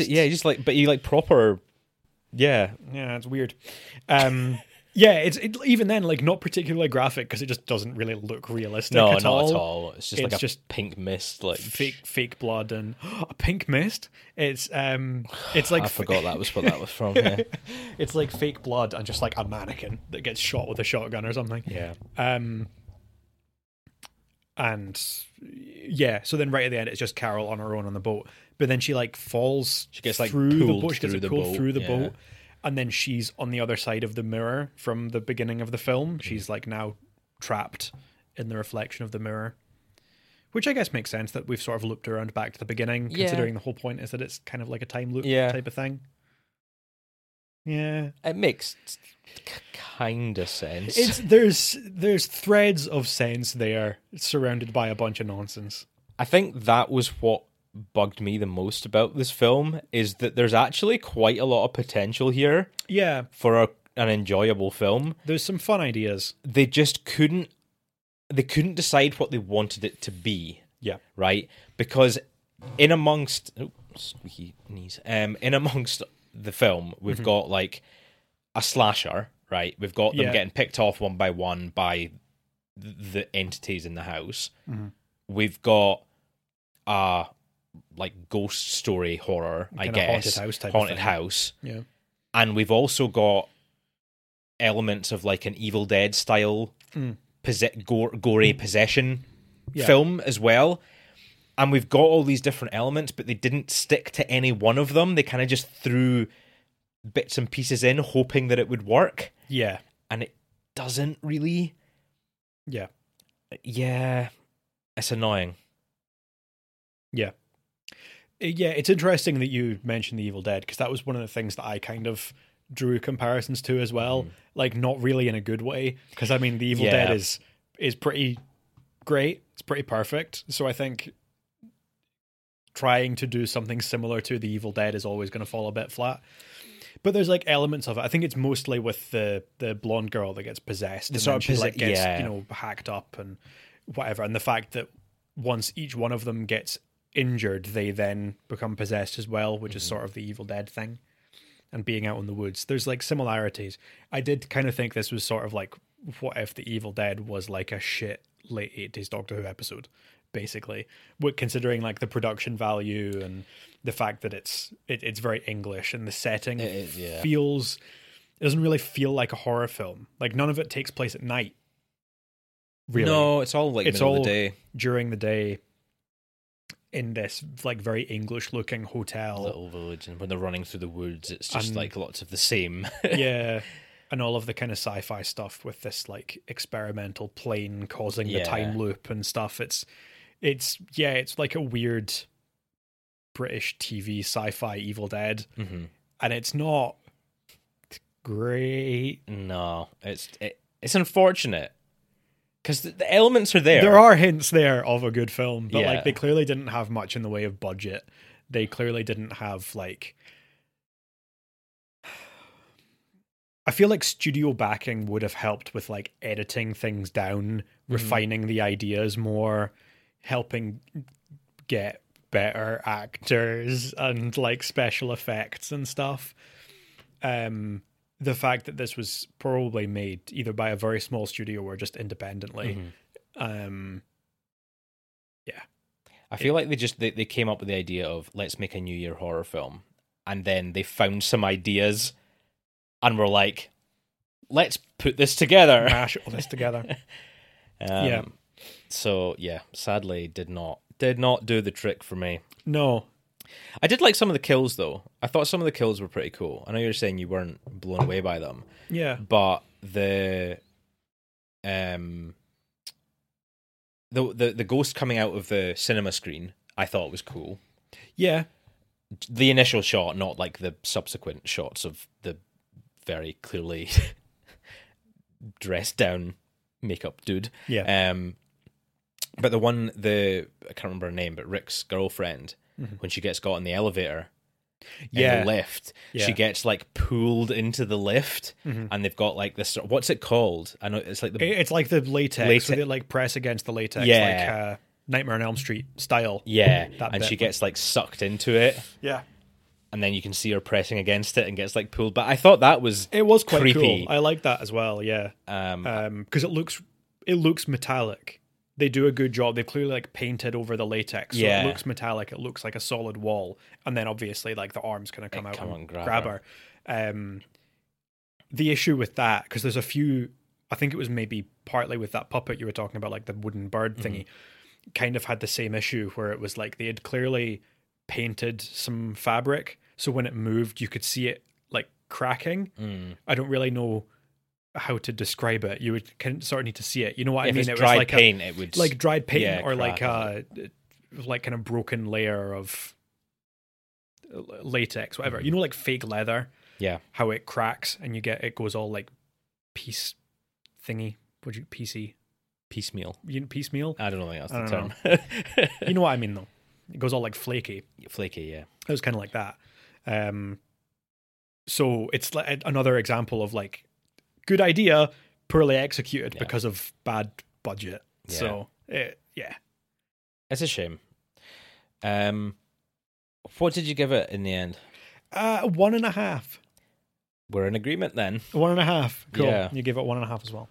Speaker 2: Is it- yeah, he just like, but he like proper. Yeah,
Speaker 3: yeah, it's weird. Um, yeah, it's it, even then like not particularly graphic because it just doesn't really look realistic.
Speaker 2: no,
Speaker 3: at
Speaker 2: not
Speaker 3: all.
Speaker 2: at all. It's just like
Speaker 3: It's
Speaker 2: a
Speaker 3: just
Speaker 2: pink mist, like
Speaker 3: Fake fake blood and a pink mist. It's um, it's like
Speaker 2: I forgot that was what that was from. Yeah.
Speaker 3: it's like fake blood and just like a mannequin that gets shot with a shotgun or something.
Speaker 2: yeah.
Speaker 3: Um, and yeah, so then right at the end, it's just Carol on her own on the boat. But then she like falls. She
Speaker 2: gets, like,
Speaker 3: through the
Speaker 2: pulled
Speaker 3: boat. She gets
Speaker 2: through the
Speaker 3: pulled
Speaker 2: boat,
Speaker 3: through the
Speaker 2: yeah.
Speaker 3: boat, and then she's on the other side of the mirror from the beginning of the film.
Speaker 2: Mm-hmm.
Speaker 3: She's like now trapped in the reflection of the mirror. Which I guess makes sense that we've sort of looped around back to the beginning, considering the whole point is that it's kind of like a time loop
Speaker 2: Yeah.
Speaker 3: type of thing. Yeah,
Speaker 2: It makes kind of sense.
Speaker 3: It's there's there's threads of sense there, surrounded by a bunch of nonsense.
Speaker 2: I think that was what bugged me the most about this film is that there's actually quite a lot of potential here
Speaker 3: Yeah,
Speaker 2: for a, an enjoyable film.
Speaker 3: there's some fun ideas.
Speaker 2: They just couldn't they couldn't decide what they wanted it to be,
Speaker 3: Yeah,
Speaker 2: right? Because in amongst oh, squeaky knees, um, in amongst the film, we've
Speaker 3: Mm-hmm.
Speaker 2: got like a slasher, right? We've got them
Speaker 3: Yeah.
Speaker 2: getting picked off one by one by th- the entities in the house.
Speaker 3: Mm-hmm.
Speaker 2: We've got a like ghost story horror, I
Speaker 3: Kinda haunted
Speaker 2: guess,
Speaker 3: house type of
Speaker 2: haunted
Speaker 3: thing.
Speaker 2: house,
Speaker 3: yeah,
Speaker 2: and we've also got elements of like an Evil Dead style posse- gore- gory possession
Speaker 3: Hmm. Yeah.
Speaker 2: film as well. And we've got all these different elements, but they didn't stick to any one of them. They kind of just threw bits and pieces in, hoping that it would work,
Speaker 3: yeah,
Speaker 2: and it doesn't really.
Speaker 3: yeah,
Speaker 2: Yeah, it's annoying.
Speaker 3: yeah. Uh, Yeah, it's interesting that you mentioned the Evil Dead because that was one of the things that I kind of drew comparisons to as well. Like, not really in a good way because I mean, the Evil
Speaker 2: Yeah.
Speaker 3: Dead is is pretty great. It's pretty perfect. So I think trying to do something similar to the Evil Dead is always going to fall a bit flat. But there's like elements of it. I think it's mostly with the the blonde girl that gets possessed, and
Speaker 2: sort
Speaker 3: then
Speaker 2: of
Speaker 3: she like
Speaker 2: possess-
Speaker 3: gets
Speaker 2: yeah.
Speaker 3: you know hacked up and whatever. And the fact that once each one of them gets injured, they then become possessed as well, which
Speaker 2: Mm-hmm.
Speaker 3: is sort of the Evil Dead thing. And being out in the woods, there's like similarities. I did kind of think this was sort of like what if the Evil Dead was like a shit late eighties Doctor Who episode, basically. With considering like the production value and the fact that it's it, it's very English and the setting
Speaker 2: is, yeah.
Speaker 3: feels it doesn't really feel like a horror film. Like none of it takes place at night. Really
Speaker 2: No, it's all like
Speaker 3: It's
Speaker 2: middle
Speaker 3: all-
Speaker 2: of the day.
Speaker 3: during the day in this like very English looking hotel.
Speaker 2: Little village, and when they're running through the woods, it's just
Speaker 3: And-
Speaker 2: like lots of the same.
Speaker 3: yeah. And all of the kind of sci fi stuff with this like experimental plane causing the
Speaker 2: Yeah.
Speaker 3: time loop and stuff. It's it's yeah, it's like a weird British TV sci fi Evil Dead.
Speaker 2: Mhm.
Speaker 3: And it's not great.
Speaker 2: No, it's it, it's unfortunate because the, the elements are there.
Speaker 3: There are hints there of a good film, but
Speaker 2: Yeah.
Speaker 3: like they clearly didn't have much in the way of budget. They clearly didn't have like I feel like studio backing would have helped with like editing things down, refining the ideas more, helping get better actors and like special effects and stuff. Um the fact that this was probably made either by a very small studio or just independently. Um
Speaker 2: I feel like they just they, they came up with the idea of let's make a New Year horror film, and then they found some ideas, and were like, let's put this together.
Speaker 3: mash all this together.
Speaker 2: Um,
Speaker 3: yeah.
Speaker 2: So yeah, sadly, did not did not do the trick for me.
Speaker 3: No.
Speaker 2: I did like some of the kills though. I thought some of the kills were pretty cool. I know you were saying you weren't blown away by them,
Speaker 3: Yeah.
Speaker 2: but the um the the, the ghost coming out of the cinema screen I thought was cool.
Speaker 3: Yeah.
Speaker 2: The initial shot, not like the subsequent shots of the very clearly dressed down makeup dude.
Speaker 3: Yeah.
Speaker 2: Um, but the one, the I can't remember her name, but Rick's girlfriend, when she gets got in the elevator, yeah.
Speaker 3: Mm-hmm.
Speaker 2: in
Speaker 3: Yeah.
Speaker 2: the lift,
Speaker 3: Yeah. Mm-hmm.
Speaker 2: she gets like pulled into the lift, and they've got like this. sort of- What's it called? I know it's like the
Speaker 3: It- It's like the latex.
Speaker 2: Late-
Speaker 3: So they like press against the latex,
Speaker 2: Yeah.
Speaker 3: like uh, Nightmare on Elm Street style.
Speaker 2: yeah,
Speaker 3: that
Speaker 2: and
Speaker 3: bit.
Speaker 2: she gets like sucked into it,
Speaker 3: Yeah.
Speaker 2: and then you can see her pressing against it and gets like pulled. But I thought that was
Speaker 3: It was quite
Speaker 2: creepy.
Speaker 3: cool. I like that as well. Yeah. Um, because it looks it looks metallic. They do a good job. They've clearly like painted over the latex, so
Speaker 2: Yeah.
Speaker 3: it looks metallic. It looks like a solid wall, and then obviously like the arms kind of come out
Speaker 2: come
Speaker 3: and,
Speaker 2: and grab her.
Speaker 3: her. Um, the issue with that because there's a few. I think it was maybe partly with that puppet you were talking about, like the wooden bird
Speaker 2: Mm-hmm.
Speaker 3: thingy. Kind of had the same issue where it was like they had clearly painted some fabric, so when it moved, you could see it like cracking.
Speaker 2: Hmm.
Speaker 3: I don't really know how to describe it. You would kind of sort of need to see it. You know what I
Speaker 2: if
Speaker 3: mean?
Speaker 2: it's
Speaker 3: It was
Speaker 2: dried
Speaker 3: like a-
Speaker 2: paint, it would
Speaker 3: like dried paint
Speaker 2: yeah,
Speaker 3: or like
Speaker 2: crack.
Speaker 3: a like kind of broken layer of latex, whatever. You know, like fake leather,
Speaker 2: yeah.
Speaker 3: how it cracks and you get it goes all like piece thingy. Would you PC?
Speaker 2: piecemeal.
Speaker 3: You know, piecemeal.
Speaker 2: I don't know if
Speaker 3: I
Speaker 2: that's the
Speaker 3: don't
Speaker 2: term.
Speaker 3: you know what I mean, though. It goes all like flaky.
Speaker 2: Flaky, yeah.
Speaker 3: It was kind of like that. Um, so it's like eh, another example of like good idea, poorly executed
Speaker 2: Yeah.
Speaker 3: because of bad budget.
Speaker 2: Yeah.
Speaker 3: So it, yeah,
Speaker 2: It's a shame. Um, what did you give it in the end?
Speaker 3: uh, one and a half.
Speaker 2: We're in agreement then.
Speaker 3: One and a half. Cool.
Speaker 2: Yeah.
Speaker 3: You give it one and a half as well.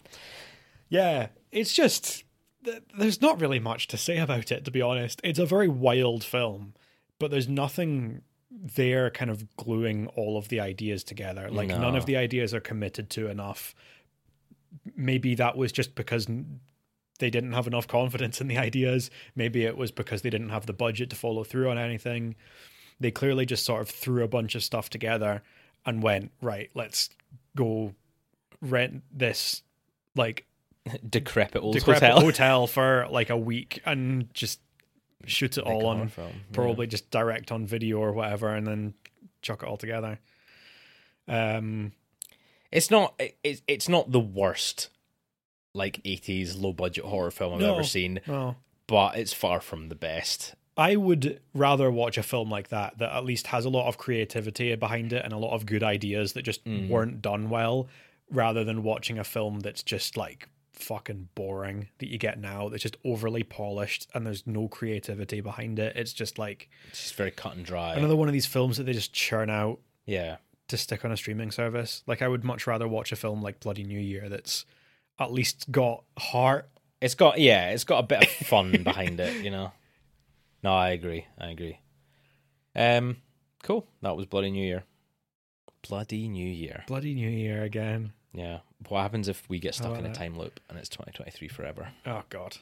Speaker 3: Yeah, it's just th- there's not really much to say about it, to be honest. It's a very wild film, but there's nothing there kind of gluing all of the ideas together. Like
Speaker 2: No.
Speaker 3: none of the ideas are committed to enough. Maybe that was just because n- they didn't have enough confidence in the ideas. Maybe it was because they didn't have the budget to follow through on anything. They clearly just sort of threw a bunch of stuff together and went, right, let's go rent this like
Speaker 2: Decrepit old
Speaker 3: decrepit
Speaker 2: hotel.
Speaker 3: hotel. for like a week and just shoot it all
Speaker 2: horror
Speaker 3: on
Speaker 2: film, yeah.
Speaker 3: probably just direct on video or whatever and then chuck it all together. Um
Speaker 2: It's not. It, it's- it's not the worst, like eighties low budget horror film I've
Speaker 3: No.
Speaker 2: ever seen,
Speaker 3: well,
Speaker 2: but it's far from the best.
Speaker 3: I would rather watch a film like that that at least has a lot of creativity behind it and a lot of good ideas that just weren't done well rather than watching a film that's just like fucking boring that you get now that's just overly polished and there's no creativity behind it. It's just like
Speaker 2: It's just very cut and dry.
Speaker 3: another one of these films that they just churn out
Speaker 2: yeah,
Speaker 3: to stick on a streaming service. Like I would much rather watch a film like Bloody New Year that's at least got heart.
Speaker 2: it's got. Yeah, it's got a bit of fun behind it. You know. No, I agree. I agree. Um, cool. That was bloody New Year. Bloody New Year.
Speaker 3: Bloody New Year again.
Speaker 2: Yeah. What happens if we get stuck
Speaker 3: about
Speaker 2: in a
Speaker 3: that?
Speaker 2: time loop and it's 2023 forever?
Speaker 3: Oh god.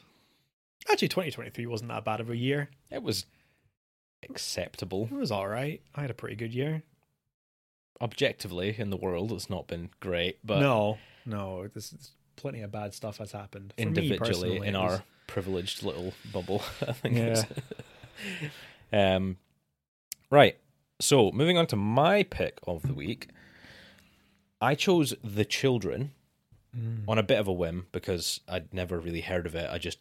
Speaker 3: Actually 2023 wasn't that bad of a year.
Speaker 2: It was acceptable.
Speaker 3: It was all right. I had a pretty good year.
Speaker 2: Objectively, in the world, it's not been great, but
Speaker 3: no, no, there's, there's plenty of bad stuff that's happened. For me
Speaker 2: individually,
Speaker 3: personally,
Speaker 2: in
Speaker 3: it was-
Speaker 2: our privileged little bubble, I think. it's- um, right. So, moving on to my pick of the week, I chose The Children on a bit of a whim because I'd never really heard of it. I just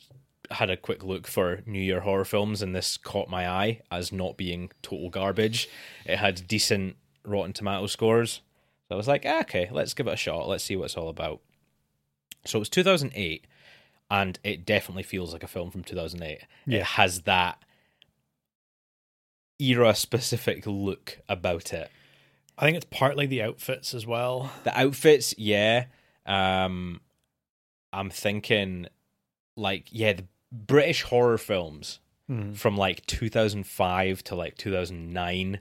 Speaker 2: had a quick look for New Year horror films, and this caught my eye as not being total garbage. It had decent Rotten Tomato scores. So I was like, "Ah, okay, let's give it a shot. Let's see what it's all about. So it's 2008, and it definitely feels like a film from 2008. It
Speaker 3: Yeah.
Speaker 2: has that era specific look about it.
Speaker 3: I think it's partly the outfits as well.
Speaker 2: The outfits, yeah. Um I'm thinking like yeah, the British horror films
Speaker 3: Hmm.
Speaker 2: from like 2005 to like 2009,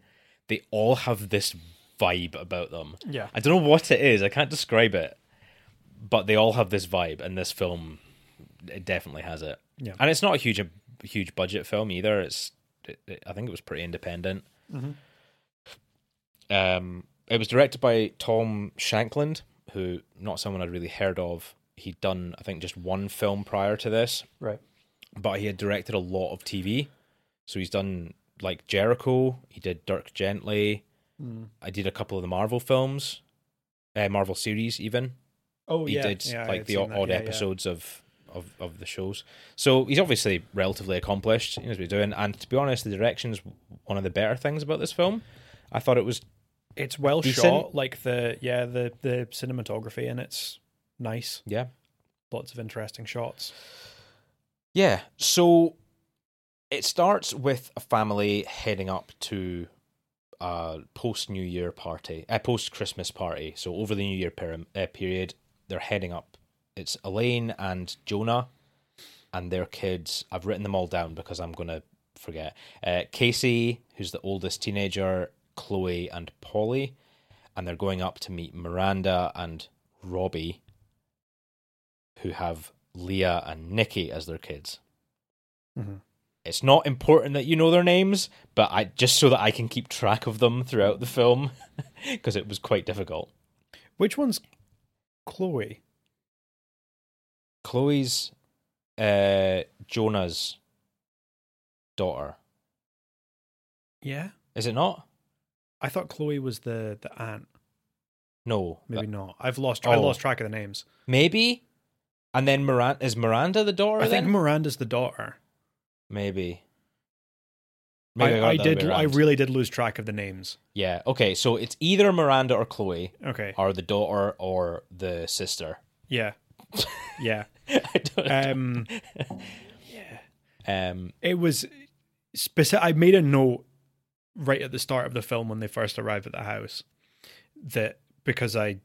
Speaker 2: they all have this vibe about them.
Speaker 3: Yeah.
Speaker 2: I don't know what it is. I can't describe it. But they all have this vibe and this film it definitely has it.
Speaker 3: Yeah.
Speaker 2: And it's not a huge a huge budget film either. It's it, it- I think it was pretty independent. Um, it was directed by Tom Shankland, who not someone I'd really heard of. He'd done, I think, just one film prior to this,
Speaker 3: Right.
Speaker 2: but he had directed a lot of TV. So he's done like Jericho. He did Dirk
Speaker 3: Hmm.
Speaker 2: Gently. I did a couple of the Marvel films, uh, Marvel series even.
Speaker 3: Oh
Speaker 2: he
Speaker 3: yeah,
Speaker 2: did
Speaker 3: yeah, I
Speaker 2: like
Speaker 3: had
Speaker 2: the
Speaker 3: seen
Speaker 2: odd,
Speaker 3: that.
Speaker 2: odd
Speaker 3: Yeah, yeah.
Speaker 2: episodes of, of of the shows. So he's obviously relatively accomplished. He knows what he's doing. And to be honest, the direction's one of the better things about this film. I thought it was
Speaker 3: It's well
Speaker 2: Decent.
Speaker 3: shot. Like the yeah the the cinematography and it's nice.
Speaker 2: yeah
Speaker 3: Lots of interesting shots.
Speaker 2: yeah. So it starts with a family heading up to a post New Year party, a post Christmas party. So over the New Year peri- uh, period, they're heading up. It's Elaine and Jonah and their kids. I've written them all down because I'm going to forget. Uh, Casey, who's the oldest teenager, Chloe, and Polly. And they're going up to meet Miranda and Robbie, who have Leah and Nikki as their kids. Mm-hmm.
Speaker 3: Mhm.
Speaker 2: It's not important that you know their names, but I just so that I can keep track of them throughout the film because it was quite difficult.
Speaker 3: Which one's Chloe?
Speaker 2: Chloe's uh, Jonah's daughter,
Speaker 3: Yeah,
Speaker 2: is it not?
Speaker 3: I thought Chloe was the the aunt.
Speaker 2: No,
Speaker 3: Maybe
Speaker 2: That-
Speaker 3: not. I've lost. I
Speaker 2: Uh, Oh.
Speaker 3: lost track of the names.
Speaker 2: maybe. And then Miranda is Miranda the daughter.
Speaker 3: I think
Speaker 2: then?
Speaker 3: Miranda's the daughter.
Speaker 2: maybe.
Speaker 3: I,
Speaker 2: got
Speaker 3: I
Speaker 2: that the
Speaker 3: did.
Speaker 2: way
Speaker 3: I
Speaker 2: around.
Speaker 3: really did lose track of the names.
Speaker 2: Yeah. Okay. So it's either Miranda or Chloe,
Speaker 3: Okay.
Speaker 2: or the daughter or the sister.
Speaker 3: Yeah. Yeah.
Speaker 2: I don't know.
Speaker 3: Um,
Speaker 2: Um,
Speaker 3: it was specific. I made a note right at the start of the film when they first arrived at the house that because I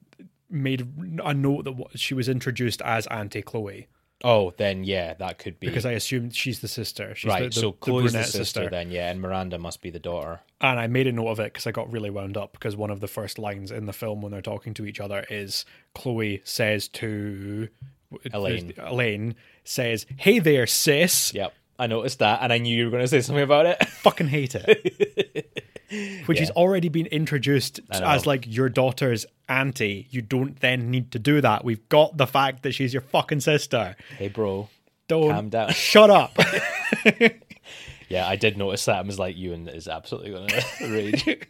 Speaker 3: made a note that what- she was introduced as Auntie Chloe
Speaker 2: oh, then yeah, that could be
Speaker 3: because I assumed she's the sister. She's
Speaker 2: right.
Speaker 3: the, the,
Speaker 2: so Chloe's the,
Speaker 3: brunette
Speaker 2: sister, then, yeah, and Miranda must be the daughter.
Speaker 3: And I made a note of it because I got really wound up because one of the first lines in the film when they're talking to each other is Chloe says to
Speaker 2: Elaine.
Speaker 3: Elaine says, "Hey there, sis."
Speaker 2: Yep, I noticed that, and I knew you were going to say something about it.
Speaker 3: Fucking hate it. Which has already been introduced
Speaker 2: know.
Speaker 3: as like your daughter's auntie. You don't then need to do that. We've got the fact that she's your fucking sister.
Speaker 2: hey, bro.
Speaker 3: Don't
Speaker 2: Calm down.
Speaker 3: Shut up.
Speaker 2: Yeah, I did notice that. I was like, Ewan is absolutely going to rage.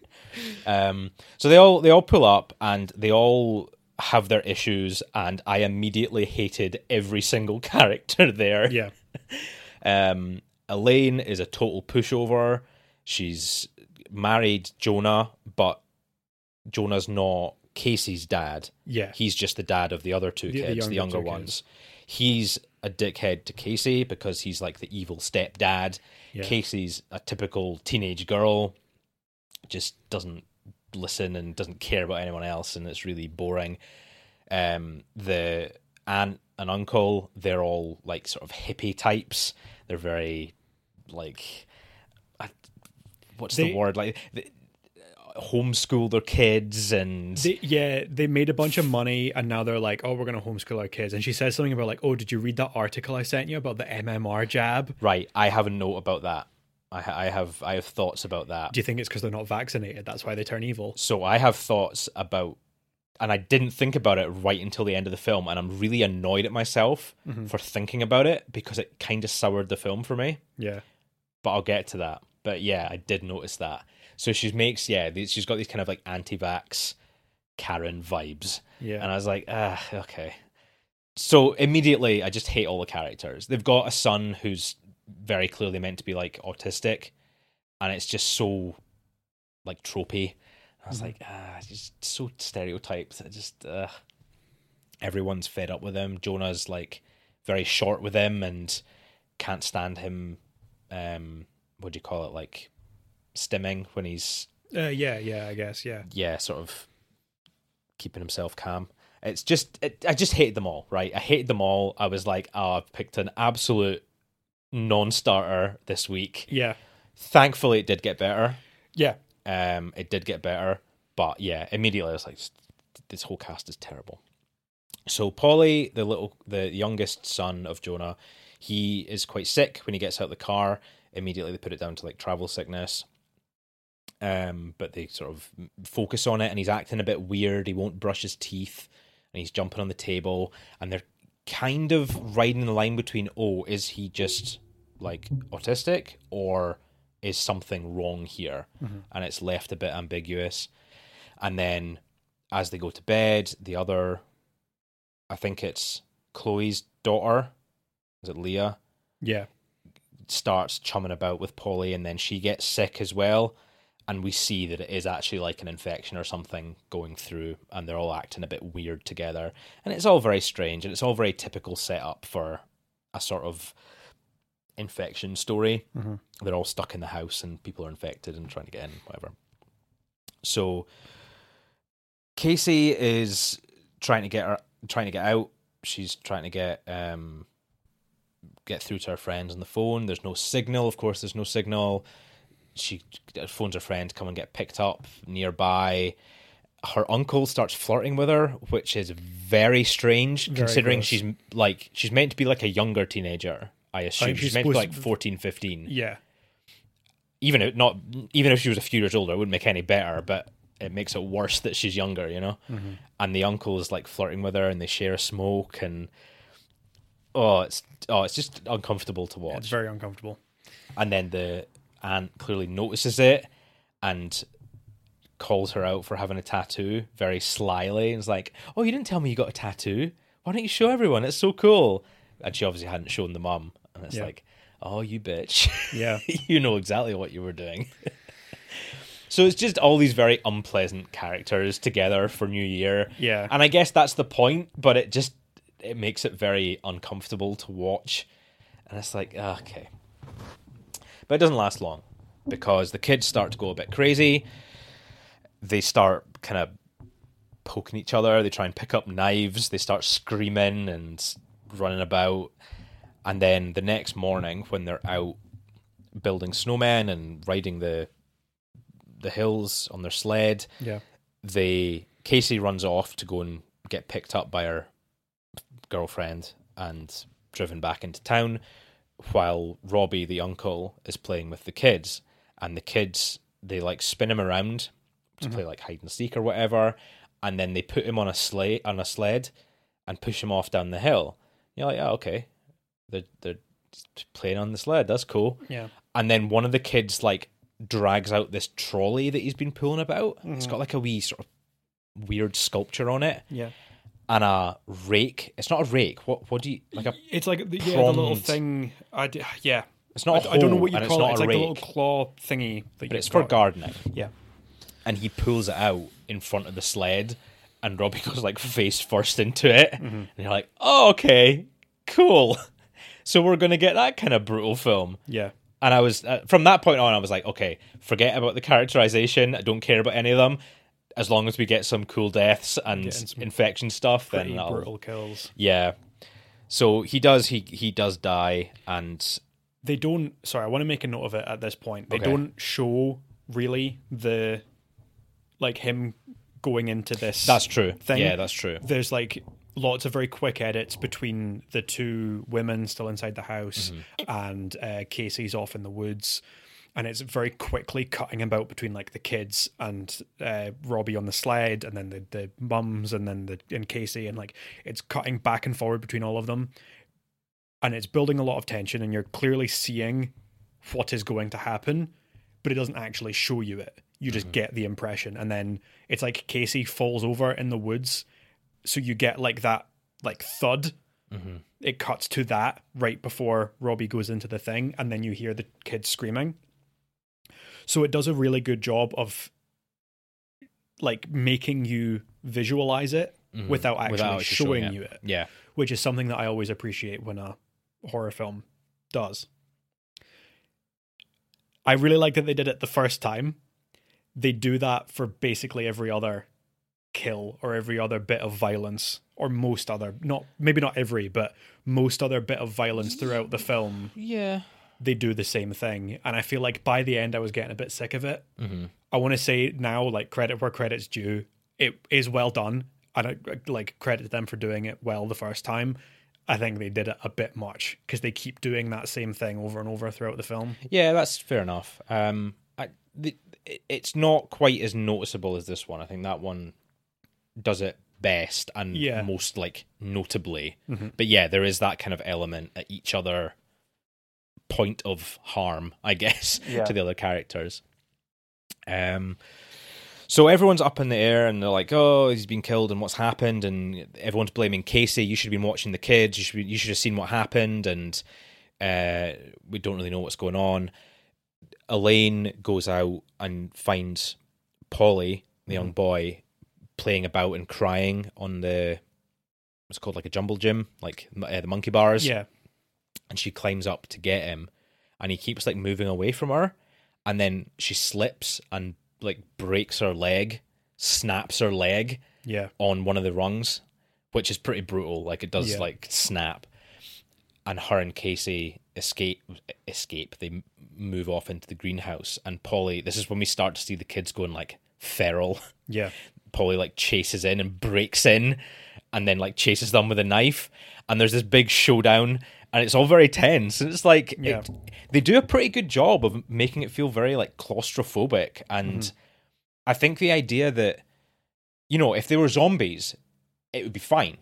Speaker 2: um, so they all they all pull up, and they all have their issues, and I immediately hated every single character there.
Speaker 3: yeah.
Speaker 2: Um, Elaine is a total pushover. She's married Jonah, but Jonah's not Casey's dad.
Speaker 3: Yeah.
Speaker 2: He's just the dad of the other two
Speaker 3: The- the
Speaker 2: kids, the younger,
Speaker 3: younger two
Speaker 2: ones. He's a dickhead to Casey because he's like the evil stepdad.
Speaker 3: Yeah.
Speaker 2: Casey's a typical teenage girl, just doesn't listen and doesn't care about anyone else, and it's really boring. Um, the aunt and uncle, they're all like sort of hippie types. They're very like, I, what's
Speaker 3: They-
Speaker 2: the word? Like, they, homeschool their kids and
Speaker 3: They, yeah, they made a bunch of money and now they're like, oh, we're going to homeschool our kids. And she says something about, like, oh, did you read that article I sent you about the MMR jab?
Speaker 2: Right, I have a note about that. I, ha- I have I have thoughts about that.
Speaker 3: Do you think it's because they're not vaccinated? That's why they turn evil?
Speaker 2: So I have thoughts about, and I didn't think about it right until the end of the film, and I'm really annoyed at myself for thinking about it because it kind of soured the film for me.
Speaker 3: Yeah.
Speaker 2: But I'll get to that. But yeah, I did notice that. So she makes yeah, these- she's got these kind of like anti-vax Karen vibes.
Speaker 3: Yeah.
Speaker 2: And I was like, ah, okay. So immediately, I just hate all the characters. They've got a son who's very clearly meant to be like autistic, and it's just so like tropey. I was like, ah, it's just so stereotyped. I just, uh, everyone's fed up with him. Jonah's like very short with him and can't stand him. Um, what do you call it? Like stimming when he's
Speaker 3: Uh, yeah, yeah, I guess, yeah.
Speaker 2: yeah, sort of keeping himself calm. It's just, it, I just hated them all, right? I hated them all. I was like, oh, I've picked an absolute non-starter this week.
Speaker 3: Yeah.
Speaker 2: Thankfully, it did get better.
Speaker 3: Yeah.
Speaker 2: Um, it did get better, but yeah, immediately I was like, this whole cast is terrible. So Polly, the little, the youngest son of Jonah, he is quite sick when he gets out of the car. Immediately they put it down to like travel sickness. Um, but they sort of focus on it, and he's acting a bit weird. He won't brush his teeth, and he's jumping on the table, and they're kind of riding the line between oh, is he just like autistic, or is something wrong here? And it's left a bit ambiguous. And then as they go to bed, the other I think it's Chloe's daughter, is it Leah,
Speaker 3: Yeah.
Speaker 2: starts chumming about with Polly and then she gets sick as well. And we see that it is actually like an infection or something going through, and they're all acting a bit weird together. And it's all very strange, and it's all very typical setup for a sort of infection story. They're all stuck in the house, and people are infected and trying to get in, whatever. So Casey is trying to get her, trying to get out. She's trying to get um, get through to her friends on the phone. There's no signal. Of course, there's no signal. She phones her friend to come and get picked up nearby. Her uncle starts flirting with her, which is very strange considering
Speaker 3: gross.
Speaker 2: she's like she's meant to be like a younger teenager. I assume
Speaker 3: think
Speaker 2: she's,
Speaker 3: she's
Speaker 2: meant to be like
Speaker 3: supposed-
Speaker 2: 14, 15
Speaker 3: Yeah.
Speaker 2: even if not even if she was a few years older, it wouldn't make any better, but it makes it worse that she's younger, you know. And the uncle is like flirting with her, and they share a smoke, and oh, it's oh, it's just uncomfortable to watch
Speaker 3: It's very uncomfortable.
Speaker 2: and then the aunt clearly notices it and calls her out for having a tattoo very slyly and is like, "Oh, you didn't tell me you got a tattoo. Why don't you show everyone? It's so cool." And she obviously hadn't shown the mum, and it's
Speaker 3: Yeah.
Speaker 2: like, "Oh, you bitch!
Speaker 3: Yeah.
Speaker 2: you know exactly what you were doing." so it's just all these very unpleasant characters together for New Year.
Speaker 3: Yeah.
Speaker 2: and I guess that's the point, but it just it makes it very uncomfortable to watch, and it's like, "Ah, okay, but it doesn't last long because the kids start to go a bit crazy. They start kind of poking each other. They try and pick up knives. They start screaming and running about. And then the next morning, when they're out building snowmen and riding the the hills on their sled,
Speaker 3: Yeah.
Speaker 2: they Casey runs off to go and get picked up by her girlfriend and driven back into town while Robbie the uncle is playing with the kids and the kids they like spin him around to play like hide and seek or whatever and then they put him on a sleigh on a sled and push him off down the hill. You're like, "Oh, okay. They're they're just playing on the sled. That's cool."
Speaker 3: Yeah.
Speaker 2: and then one of the kids like drags out this trolley that he's been pulling about. It's got like a wee sort of weird sculpture on it
Speaker 3: Yeah.
Speaker 2: and a rake. It's not a rake. What what do you like a
Speaker 3: It's like the, yeah, the little
Speaker 2: Pronged.
Speaker 3: thing. I d- yeah.
Speaker 2: It's not
Speaker 3: I,
Speaker 2: a
Speaker 3: I don't know
Speaker 2: hoe,
Speaker 3: what you
Speaker 2: and it's
Speaker 3: call
Speaker 2: not
Speaker 3: it. It's
Speaker 2: a
Speaker 3: like the
Speaker 2: rake.
Speaker 3: little claw thingy. That
Speaker 2: but it's for gardening
Speaker 3: Yeah.
Speaker 2: and he pulls it out in front of the sled and Robbie goes like face first into it and you're like, "Oh, okay. Cool." So we're going to get that kind of brutal film.
Speaker 3: Yeah.
Speaker 2: and I was uh, from that point on, I was like, okay, forget about the characterization. I don't care about any of them. As long as we get some cool deaths and
Speaker 3: and some
Speaker 2: infection stuff,
Speaker 3: Pretty
Speaker 2: then I'll-
Speaker 3: brutal kills.
Speaker 2: yeah. So he does. He he does die, and
Speaker 3: They don't. Sorry, I want to make a note of it at this point. They
Speaker 2: Okay.
Speaker 3: don't show really the like him going into this.
Speaker 2: that's true.
Speaker 3: Thing.
Speaker 2: Yeah, that's true.
Speaker 3: there's like lots of very quick edits between the two women still inside the house and uh, Casey's off in the woods. And it's very quickly cutting about between like the kids and uh, Robbie on the sled, and then the, the mums, and then the and Casey, and like it's cutting back and forward between all of them, and it's building a lot of tension, and you're clearly seeing what is going to happen, but it doesn't actually show you it. You just get the impression, and then it's like Casey falls over in the woods, so you get like that like thud. It cuts to that right before Robbie goes into the thing, and then you hear the kids screaming. So it does a really good job of like making you visualize it Mm-hmm. without actually
Speaker 2: Without actually
Speaker 3: showing, you it
Speaker 2: Yeah,
Speaker 3: which is something that I always appreciate when a horror film does. I really like that they did it the first time. They do that for basically every other kill or every other bit of violence or most other not maybe not every but most other bit of violence throughout the film
Speaker 2: yeah.
Speaker 3: they do the same thing and i feel like by the end i was getting a bit sick of it
Speaker 2: Mm-hmm.
Speaker 3: i want to say now like credit where credit's due it is well done and I, like credit to them for doing it well the first time i think they did it a bit much because they keep doing that same thing over and over throughout the film
Speaker 2: Yeah, that's fair enough. Um, I, the, it- it's not quite as noticeable as this one. I think that one does it best and
Speaker 3: Yeah.
Speaker 2: most like notably. But yeah, there is that kind of element at each other point of harm, I guess, to the other characters. Um, So everyone's up in the air and they're like, "Oh, he's been killed and what's happened?" And everyone's blaming Casey. You should have been watching the kids. You should be, you should have seen what happened. And uh, we don't really know what's going on. Elaine goes out and finds Polly, the young boy, playing about and crying on the what's it called like a jumble gym, like uh, the monkey bars
Speaker 3: Yeah.
Speaker 2: and she climbs up to get him and he keeps like moving away from her and then she slips and like breaks her leg snaps her leg
Speaker 3: Yeah.
Speaker 2: on one of the rungs which is pretty brutal like it does
Speaker 3: Yeah.
Speaker 2: like snap and her and casey escape escape they m- move off into the greenhouse and polly this is when we start to see the kids going like feral
Speaker 3: Yeah.
Speaker 2: Polly like chases in and breaks in and then like chases them with a knife and there's this big showdown and it's all very tense and it's like
Speaker 3: Yeah.
Speaker 2: it, they do a pretty good job of making it feel very like claustrophobic and
Speaker 3: Mm-hmm.
Speaker 2: I think the idea that you know if they were zombies it would be fine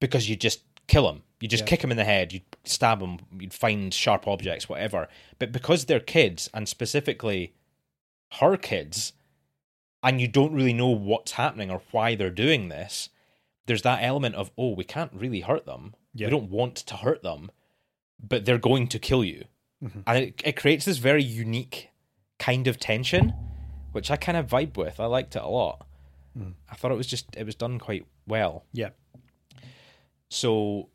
Speaker 2: because you just kill them you just
Speaker 3: Yeah.
Speaker 2: kick them in the head you stab them you'd find sharp objects whatever but because they're kids and specifically her kids and you don't really know what's happening or why they're doing this, there's that element of, oh, we can't really hurt them.
Speaker 3: Yeah.
Speaker 2: We don't want to hurt them, but they're going to kill you. And it, it creates this very unique kind of tension, which I kind of vibe with. I liked it a lot. I thought it was just, it was done quite well.
Speaker 3: Yeah.
Speaker 2: So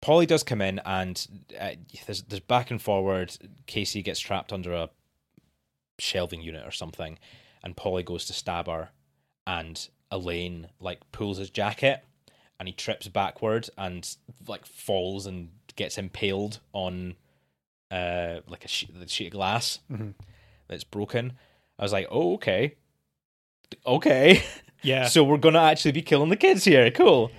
Speaker 2: Polly does come in, and uh, there's, there's back and forward. Casey gets trapped under a shelving unit or something, and Polly goes to stab her, and Elaine like pulls his jacket, and he trips backward and like falls and gets impaled on uh like a sheet, the sheet of glass that's broken. I was like, oh okay, okay.
Speaker 3: Yeah.
Speaker 2: So we're gonna actually be killing the kids here. Cool.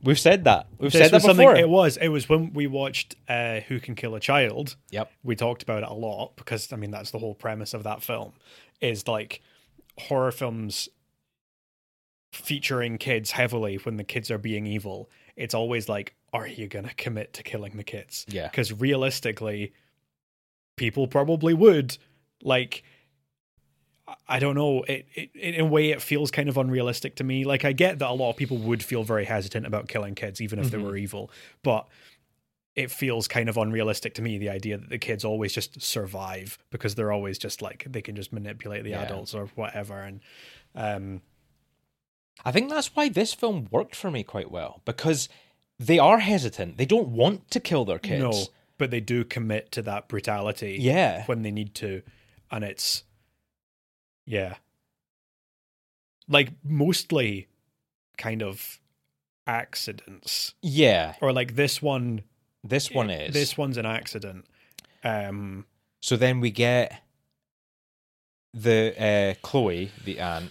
Speaker 2: We've said that. We've
Speaker 3: This
Speaker 2: said that
Speaker 3: was something-
Speaker 2: before.
Speaker 3: It was. It was when we watched uh, Who Can Kill a Child.
Speaker 2: Yep.
Speaker 3: We talked about it a lot because I mean that's the whole premise of that film is like horror films featuring kids heavily when the kids are being evil. It's always like, are you gonna commit to killing the kids?
Speaker 2: Yeah.
Speaker 3: Because realistically, people probably would. Like I- I don't know. It, it, it in a way it feels kind of unrealistic to me. Like I get that a lot of people would feel very hesitant about killing kids, even if they were evil, but it feels kind of unrealistic to me the idea that the kids always just survive because they're always just like they can just manipulate the
Speaker 2: Yeah.
Speaker 3: adults or whatever. And um,
Speaker 2: I think that's why this film worked for me quite well because they are hesitant. They don't want to kill their kids.
Speaker 3: no, but they do commit to that brutality,
Speaker 2: Yeah.
Speaker 3: when they need to, and it's yeah, like mostly kind of accidents
Speaker 2: Yeah.
Speaker 3: or like this one
Speaker 2: This one is.
Speaker 3: This one's an accident. Um,
Speaker 2: So then we get the uh, Chloe, the aunt,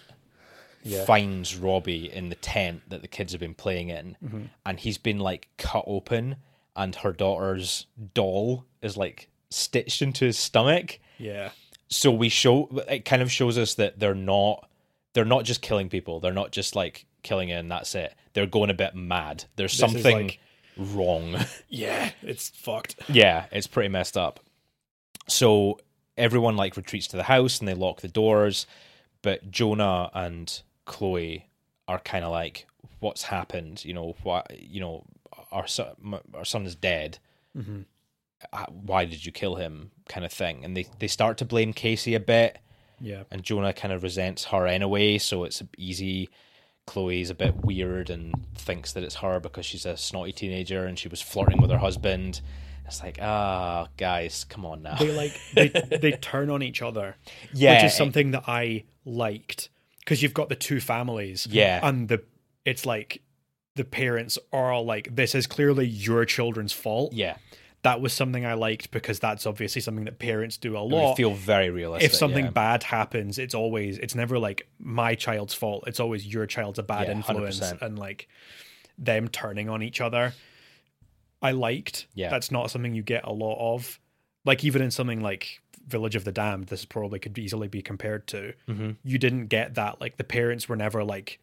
Speaker 3: Yeah.
Speaker 2: finds Robbie in the tent that the kids have been playing in,
Speaker 3: Mm-hmm.
Speaker 2: and he's been like cut open, and her daughter's doll is like stitched into his stomach.
Speaker 3: yeah,
Speaker 2: so we show it kind of shows us that they're not they're not just killing people they're not just like killing it and that's it they're going a bit mad there's
Speaker 3: is
Speaker 2: something
Speaker 3: like-
Speaker 2: wrong
Speaker 3: yeah, it's fucked.
Speaker 2: yeah it's pretty messed up so everyone like retreats to the house and they lock the doors but jonah and chloe are kind of like what's happened you know what you know our son my- our son is dead
Speaker 3: Mm-hmm.
Speaker 2: Uh, why did you kill him kind of thing and they they start to blame casey a bit
Speaker 3: Yeah,
Speaker 2: and Jonah kind of resents her anyway, so it's easy. Chloe's a bit weird and thinks that it's her because she's a snotty teenager and she was flirting with her husband. It's like, ah, guys, come on now.
Speaker 3: they like they they turn on each other.
Speaker 2: Yeah.
Speaker 3: which is something that I liked because you've got the two families.
Speaker 2: Yeah.
Speaker 3: and the it's like the parents are all like, "This is clearly your children's fault."
Speaker 2: yeah,
Speaker 3: that was something I liked because that's obviously something that parents do a
Speaker 2: we
Speaker 3: lot.
Speaker 2: feel very realistic.
Speaker 3: if something
Speaker 2: yeah.
Speaker 3: bad happens, it's always it's never like my child's fault. It's always your child's a bad
Speaker 2: Yeah,
Speaker 3: influence
Speaker 2: 100%.
Speaker 3: and like them turning on each other. I liked.
Speaker 2: Yeah.
Speaker 3: That's not something you get a lot of. Like even in something like Village of the Damned, this probably could easily be compared to.
Speaker 2: Mm-hmm.
Speaker 3: You didn't get that. Like the parents were never like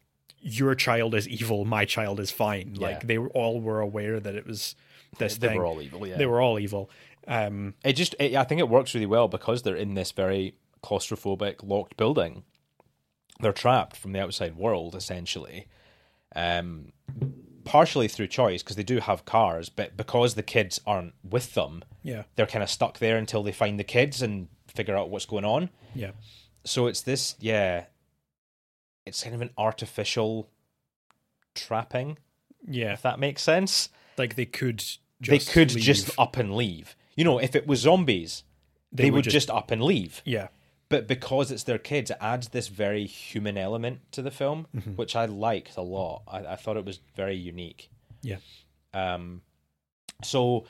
Speaker 3: your child is evil, my child is fine. Like they were, all were aware that it was this
Speaker 2: they
Speaker 3: thing.
Speaker 2: were all evil. Yeah,
Speaker 3: They were all evil. Um
Speaker 2: it just it, I think it works really well because they're in this very claustrophobic, locked building, they're trapped from the outside world essentially um partially through choice because they do have cars but because the kids aren't with them
Speaker 3: Yeah.
Speaker 2: they're kind of stuck there until they find the kids and figure out what's going on
Speaker 3: Yeah.
Speaker 2: so it's this yeah it's kind of an artificial trapping
Speaker 3: Yeah.
Speaker 2: if that makes sense
Speaker 3: Like they could just
Speaker 2: they could
Speaker 3: leave.
Speaker 2: just up and leave you know if it was zombies they, would, just up and leave
Speaker 3: Yeah.
Speaker 2: but because it's their kids, it adds this very human element to the film, which I liked a lot. I, I thought it was very unique.
Speaker 3: Yeah.
Speaker 2: Um, so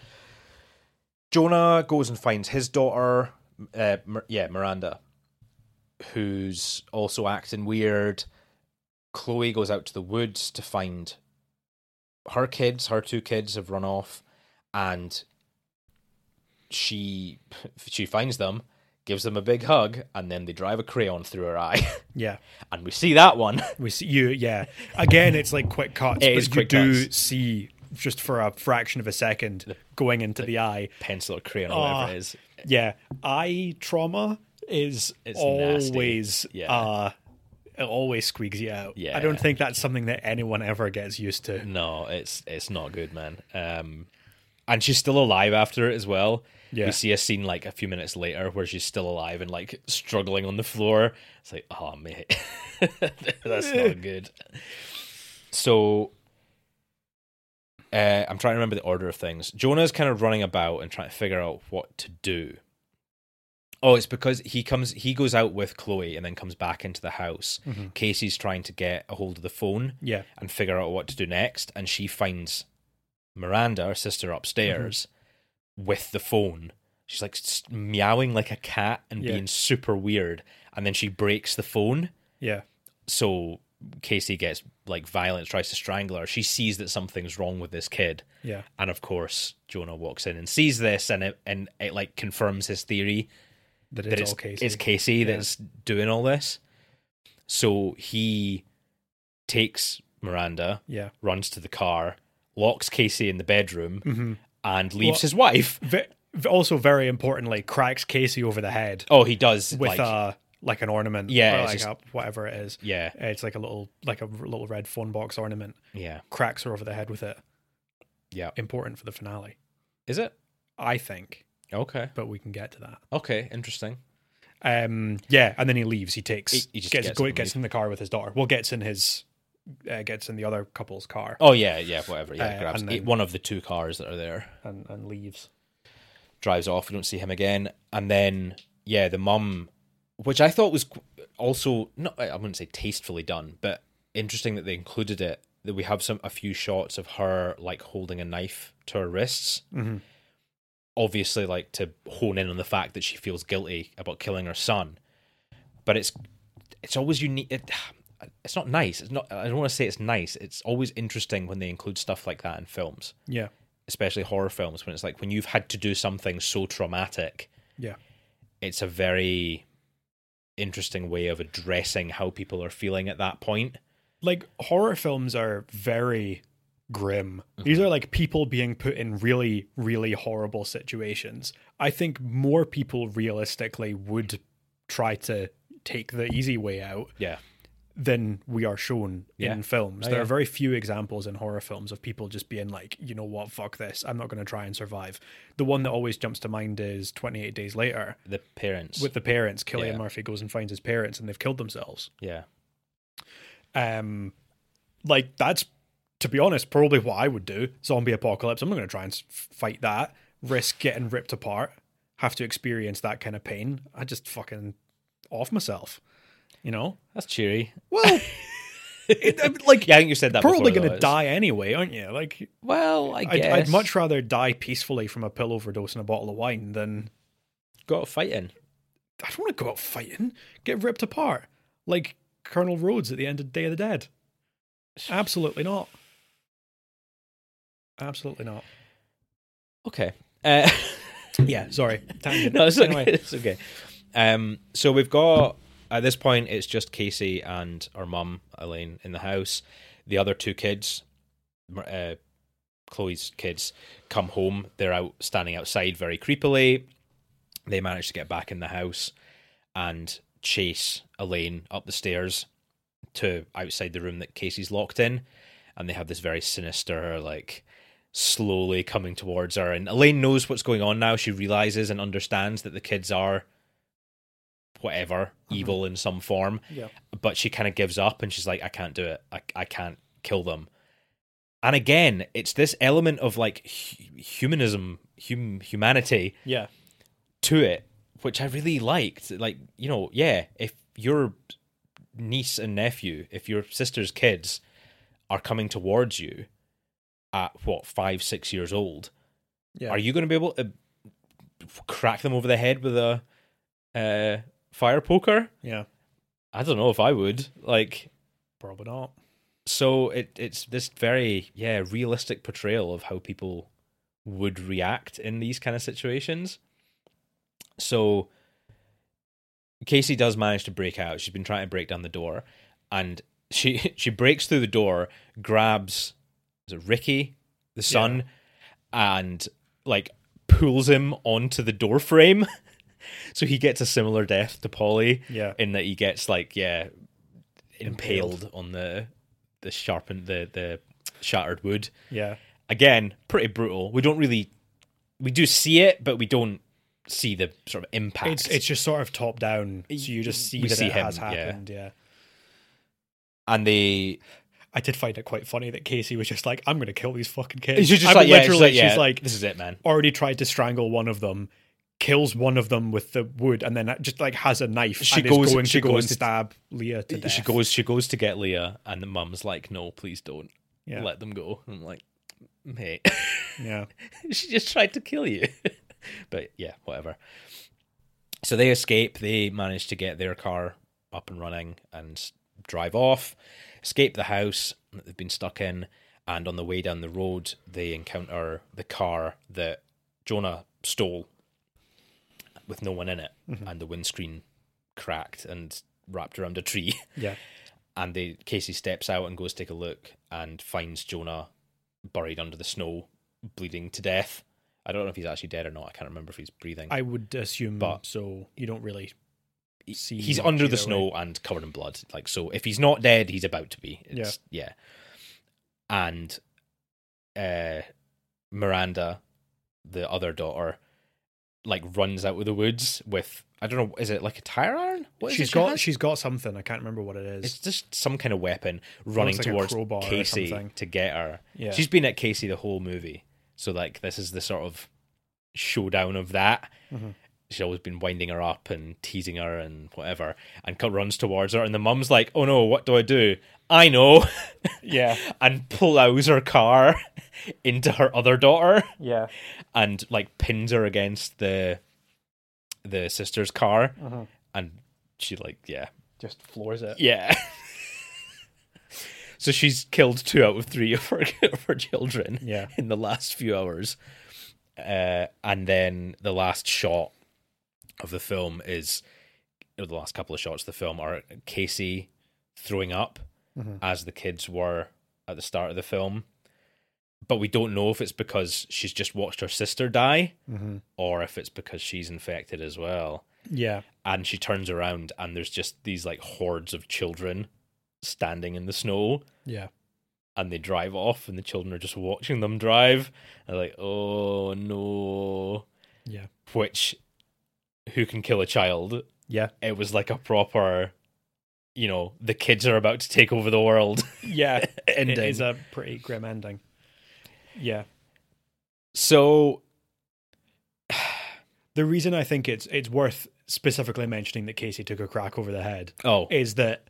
Speaker 2: Jonah goes and finds his daughter, uh, Mir- yeah, Miranda, who's also acting weird. Chloe goes out to the woods to find her kids. Her two kids have run off, and she she finds them, gives them a big hug, and then they drive a crayon through her eye,
Speaker 3: Yeah.
Speaker 2: and we see that one.
Speaker 3: We see you. Yeah. Again, it's like quick cuts,
Speaker 2: It
Speaker 3: but
Speaker 2: is
Speaker 3: you
Speaker 2: quick
Speaker 3: do
Speaker 2: cuts.
Speaker 3: see just for a fraction of a second going into the eye.
Speaker 2: Pencil or crayon, or whatever
Speaker 3: Ah.
Speaker 2: it is.
Speaker 3: Yeah. Eye trauma is
Speaker 2: It's nasty.
Speaker 3: always
Speaker 2: Yeah.
Speaker 3: uh it always squeaks you out. I
Speaker 2: Yeah. Mm.
Speaker 3: don't think that's something that anyone ever gets used to.
Speaker 2: No, it's it's not good, man. Um, and she's still alive after it as well.
Speaker 3: Yeah.
Speaker 2: We see a scene like a few minutes later where she's still alive and like struggling on the floor. It's like, oh mate, that's not good. So, uh, I'm trying to remember the order of things. Jonah's kind of running about and trying to figure out what to do. Oh, it's because he comes, he goes out with Chloe and then comes back into the house. Casey's trying to get a hold of the phone
Speaker 3: Yeah.
Speaker 2: and figure out what to do next. And she finds Miranda, her sister, upstairs with the phone. She's like s- meowing like a cat and
Speaker 3: Yeah.
Speaker 2: being super weird. And then she breaks the phone.
Speaker 3: Yeah.
Speaker 2: So Casey gets like violent, tries to strangle her. She sees that something's wrong with this kid.
Speaker 3: Yeah.
Speaker 2: And of course, Jonah walks in and sees this and it, and it like confirms his theory
Speaker 3: That
Speaker 2: that
Speaker 3: it's,
Speaker 2: it's
Speaker 3: all Casey.
Speaker 2: it's Casey that's doing all this. So he takes Miranda,
Speaker 3: yeah.
Speaker 2: runs to the car, locks Casey in the bedroom, and leaves
Speaker 3: Mm-hmm. Well-
Speaker 2: his wife.
Speaker 3: Ve- ve- also very importantly, cracks Casey over the head
Speaker 2: Oh, he does.
Speaker 3: with
Speaker 2: like,
Speaker 3: uh like an ornament.
Speaker 2: Yeah,
Speaker 3: or
Speaker 2: it's
Speaker 3: like
Speaker 2: just-
Speaker 3: a, whatever it is.
Speaker 2: yeah,
Speaker 3: It's like a little like a r- little red phone box ornament.
Speaker 2: yeah,
Speaker 3: Cracks her over the head with it.
Speaker 2: yeah.
Speaker 3: Important for the finale,
Speaker 2: Is it
Speaker 3: I think.
Speaker 2: okay?
Speaker 3: But we can get to that.
Speaker 2: Okay, interesting.
Speaker 3: Um, yeah, and then he leaves. He takes
Speaker 2: He- he just
Speaker 3: gets
Speaker 2: gets
Speaker 3: go,
Speaker 2: up and
Speaker 3: gets in the car with his daughter. Well, gets in his uh, gets in the other couple's car
Speaker 2: Oh yeah, yeah, whatever. Yeah,
Speaker 3: Uh,
Speaker 2: grabs e
Speaker 3: and then-
Speaker 2: one of the two cars that are there,
Speaker 3: and, and leaves.
Speaker 2: drives off. We don't see him again, and then yeah, the mum, which I thought was qu- also not. I wouldn't say tastefully done, but interesting that they included it. That we have some a few shots of her like holding a knife to her wrists,
Speaker 3: Mhm.
Speaker 2: obviously like to hone in on the fact that she feels guilty about killing her son but it's it's always unique it, it's not nice it's not i don't want to say it's nice it's always interesting when they include stuff like that in films
Speaker 3: Yeah,
Speaker 2: especially horror films when it's like when you've had to do something so traumatic
Speaker 3: yeah,
Speaker 2: it's a very interesting way of addressing how people are feeling at that point
Speaker 3: like horror films are very grim. These
Speaker 2: Mm-hmm.
Speaker 3: are like people being put in really, really horrible situations. I think more people realistically would try to take the easy way out
Speaker 2: yeah
Speaker 3: than we are shown
Speaker 2: Yeah.
Speaker 3: in films.
Speaker 2: Oh,
Speaker 3: there
Speaker 2: yeah.
Speaker 3: are very few examples in horror films of people just being like, you know what, fuck this, I'm not going to try and survive. The one that always jumps to mind is 28 Days Later
Speaker 2: the parents
Speaker 3: with the parents. Killian
Speaker 2: Yeah.
Speaker 3: Murphy goes and finds his parents and they've killed themselves.
Speaker 2: yeah
Speaker 3: Um, like, that's, to be honest, probably what I would do. Zombie apocalypse, I'm not going to try and s- fight that, risk getting ripped apart, have to experience that kind of pain. I just fucking off myself, you know?
Speaker 2: that's cheery
Speaker 3: Well, it, I mean, like,
Speaker 2: yeah i think you said that before,
Speaker 3: probably going
Speaker 2: though.
Speaker 3: to
Speaker 2: It's-
Speaker 3: die anyway, aren't you? Like,
Speaker 2: well i
Speaker 3: I'd,
Speaker 2: guess
Speaker 3: I'd much rather die peacefully from a pill overdose and a bottle of wine than
Speaker 2: got fighting
Speaker 3: I don't want to go out fighting, get ripped apart like Colonel Rhodes at the end of Day of the Dead. Absolutely not. Absolutely not.
Speaker 2: okay uh
Speaker 3: Yeah, sorry. Tangent.
Speaker 2: no, it's okay.
Speaker 3: Anyway,
Speaker 2: It's okay. Um, so we've got at this point it's just Casey and our mum Elaine in the house. The other two kids, Mer- uh, Chloe's kids, come home. They're out standing outside very creepily. They manage to get back in the house and chase Elaine up the stairs to outside the room that Casey's locked in, and they have this very sinister, like slowly coming towards her. And Elaine knows what's going on now. She realizes and understands that the kids are whatever evil in some form.
Speaker 3: Yeah.
Speaker 2: But she kind of gives up, and she's like, "I can't do it. I I can't kill them." And again, it's this element of like hu- humanism, hum- humanity
Speaker 3: Yeah.
Speaker 2: to it, which I really liked. Like, you know, yeah, if your niece and nephew, if your sister's kids are coming towards you at what, five, six years old,
Speaker 3: Yeah.
Speaker 2: are you going to be able to uh, crack them over the head with a uh, fire poker?
Speaker 3: Yeah.
Speaker 2: I don't know if I would. Like,
Speaker 3: Probably not.
Speaker 2: so it it's this very yeah realistic portrayal of how people would react in these kind of situations. So Casey does manage to break out. She's been trying to break down the door, and she she breaks through the door, grabs is it Ricky, the son, and like pulls him onto the door frame. so he gets a similar death to Polly
Speaker 3: Yeah.
Speaker 2: in that he gets like yeah impaled, on the the sharpened the the shattered wood
Speaker 3: Yeah.
Speaker 2: again pretty brutal we don't really we do see it but we don't see the sort of impact
Speaker 3: It's it's just sort of top down, so you just see
Speaker 2: We
Speaker 3: that
Speaker 2: see
Speaker 3: it
Speaker 2: him,
Speaker 3: has
Speaker 2: yeah.
Speaker 3: happened. yeah.
Speaker 2: and they
Speaker 3: I did find it quite funny that Casey was just like, "I'm going to kill these fucking
Speaker 2: she's
Speaker 3: kids."
Speaker 2: just
Speaker 3: I'm
Speaker 2: like yeah,
Speaker 3: literally,
Speaker 2: she's, like,
Speaker 3: she's
Speaker 2: yeah,
Speaker 3: like,
Speaker 2: this is it man
Speaker 3: already tried to strangle one of them, kills one of them with the wood, and then just like has a knife.
Speaker 2: She
Speaker 3: and
Speaker 2: goes-
Speaker 3: is going
Speaker 2: she
Speaker 3: to go
Speaker 2: goes
Speaker 3: and
Speaker 2: to-
Speaker 3: stab Leah to death.
Speaker 2: she goes she goes to get leah and the mum's like no please don't
Speaker 3: Yeah.
Speaker 2: let them go and i'm like mate
Speaker 3: Yeah.
Speaker 2: she just tried to kill you. but yeah, whatever. So they escape. They manage to get their car up and running and drive off, escape the house that they've been stuck in. And on the way down the road, they encounter the car that Jonah stole with no one in it and the windscreen cracked and wrapped around a tree.
Speaker 3: Yeah.
Speaker 2: And they Casey steps out and goes to take a look and finds Jonah buried under the snow, bleeding to death. I don't know if he's actually dead or not. I can't remember if he's breathing.
Speaker 3: I would assume,
Speaker 2: But-
Speaker 3: so you don't really see.
Speaker 2: he's
Speaker 3: much
Speaker 2: under the
Speaker 3: either
Speaker 2: snow
Speaker 3: way.
Speaker 2: and covered in blood. Like so, if he's not dead, he's about to be. It's, yeah, And uh, Miranda, the other daughter, like runs out of the woods with I don't know. Is it like a tire iron? What is
Speaker 3: She's
Speaker 2: it
Speaker 3: got
Speaker 2: has?
Speaker 3: she's got something. I can't remember what it is.
Speaker 2: It's just some kind of weapon running
Speaker 3: like a
Speaker 2: towards
Speaker 3: crowbar or
Speaker 2: Casey
Speaker 3: something.
Speaker 2: to get her.
Speaker 3: Yeah.
Speaker 2: She's been at Casey the whole movie. So like this is the sort of showdown of that.
Speaker 3: Mm-hmm.
Speaker 2: She's always been winding her up and teasing her and whatever, and co- runs towards her, and the mum's like, "Oh no, what do I do? I know,"
Speaker 3: yeah.
Speaker 2: and plows her car into her other daughter,
Speaker 3: Yeah.
Speaker 2: and like pins her against the the sister's car,
Speaker 3: Mm-hmm.
Speaker 2: and she like yeah
Speaker 3: Just floors it.
Speaker 2: yeah. so she's killed two out of three of her, of her children
Speaker 3: Yeah.
Speaker 2: in the last few hours. Uh, and then the last shot of the film is, or the last couple of shots of the film are Casey throwing up as the kids were at the start of the film. But we don't know if it's because she's just watched her sister die
Speaker 3: Mm-hmm.
Speaker 2: or if it's because she's infected as well
Speaker 3: Yeah.
Speaker 2: and she turns around and there's just these like hordes of children standing in the snow
Speaker 3: Yeah.
Speaker 2: and they drive off and the children are just watching them drive and like oh no
Speaker 3: Yeah.
Speaker 2: which who can kill a child
Speaker 3: Yeah.
Speaker 2: it was like a proper you know the kids are about to take over the world
Speaker 3: Yeah.
Speaker 2: ending
Speaker 3: It is a pretty grim ending. Yeah.
Speaker 2: so
Speaker 3: The reason I think it's it's worth specifically mentioning that Casey took a crack over the head
Speaker 2: oh
Speaker 3: is that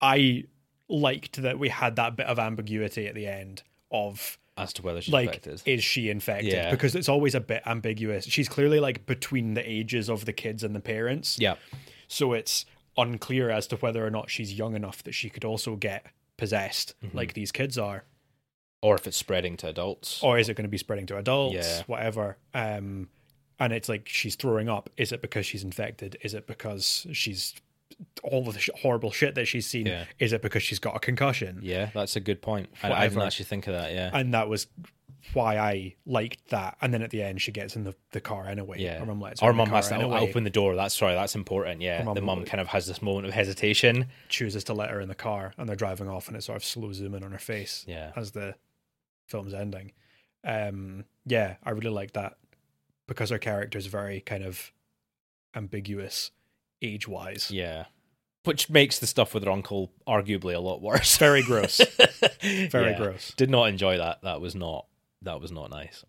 Speaker 3: I liked that we had that bit of ambiguity at the end of
Speaker 2: as to whether she's
Speaker 3: like
Speaker 2: affected
Speaker 3: is she infected
Speaker 2: Yeah.
Speaker 3: because it's always a bit ambiguous. She's clearly like between the ages of the kids and the parents.
Speaker 2: yeah
Speaker 3: So it's unclear as to whether or not she's young enough that she could also get possessed
Speaker 2: Mm-hmm.
Speaker 3: like these kids are
Speaker 2: or if it's spreading to adults
Speaker 3: or is it going to be spreading to adults
Speaker 2: Yeah.
Speaker 3: whatever um and it's like she's throwing up is it because she's infected is it because she's all of the sh- horrible shit that she's seen
Speaker 2: Yeah.
Speaker 3: is it because she's got a concussion
Speaker 2: yeah that's a good point I, I didn't
Speaker 3: Whatever.
Speaker 2: actually think of that yeah
Speaker 3: and that was why I liked that. And then at the end, she gets in the, the car anyway.
Speaker 2: Yeah.
Speaker 3: Her mum lets her
Speaker 2: Our
Speaker 3: in the
Speaker 2: mum
Speaker 3: car
Speaker 2: has to
Speaker 3: anyway,
Speaker 2: open the door. That's sorry, that's important. Yeah.
Speaker 3: mum
Speaker 2: the mum
Speaker 3: would-
Speaker 2: kind of has this moment of hesitation.
Speaker 3: chooses to let her in the car, and they're driving off, and it sort of slow zoom in on her face
Speaker 2: Yeah.
Speaker 3: as the film's ending. Um, yeah, I really like that because her character is very kind of ambiguous age wise.
Speaker 2: Yeah. Which makes the stuff with her uncle arguably a lot worse.
Speaker 3: Very gross. Very
Speaker 2: Yeah.
Speaker 3: gross.
Speaker 2: Did not enjoy that. That was not that was not nice.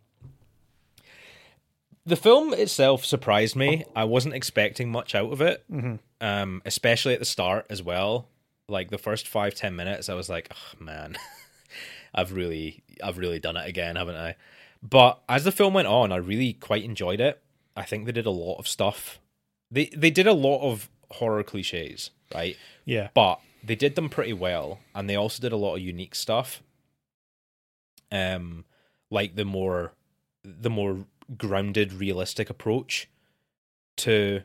Speaker 2: The film itself surprised me. I wasn't expecting much out of it.
Speaker 3: Mhm.
Speaker 2: Um, especially at the start as well. Like the first five, ten minutes, I was like, oh, man, I've really I've really done it again, haven't I? But as the film went on, I really quite enjoyed it. I think they did a lot of stuff. They they did a lot of horror cliches, right?
Speaker 3: Yeah.
Speaker 2: but they did them pretty well and they also did a lot of unique stuff um like the more the more grounded realistic approach to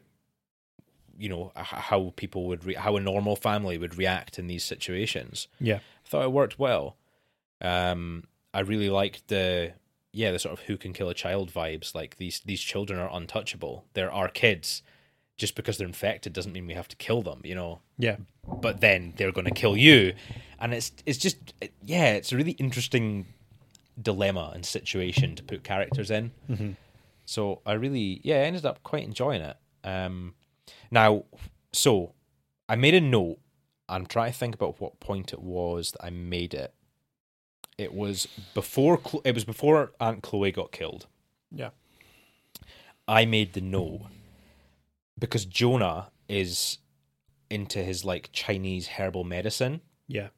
Speaker 2: you know h- how people would re- how a normal family would react in these situations
Speaker 3: Yeah.
Speaker 2: i thought it worked well um i really liked the yeah the sort of who can kill a child vibes like these these children are untouchable they're our kids just because they're infected doesn't mean we have to kill them you know
Speaker 3: Yeah.
Speaker 2: but then they're going to kill you and it's it's just it- yeah it's a really interesting dilemma and situation to put characters in so i really yeah I ended up quite enjoying it um now so i made a note i'm trying to think about what point it was that i made it it was before Clo- it was before aunt chloe got killed
Speaker 3: Yeah.
Speaker 2: I made the note because Jonah is into his like Chinese herbal medicine.
Speaker 3: Yeah.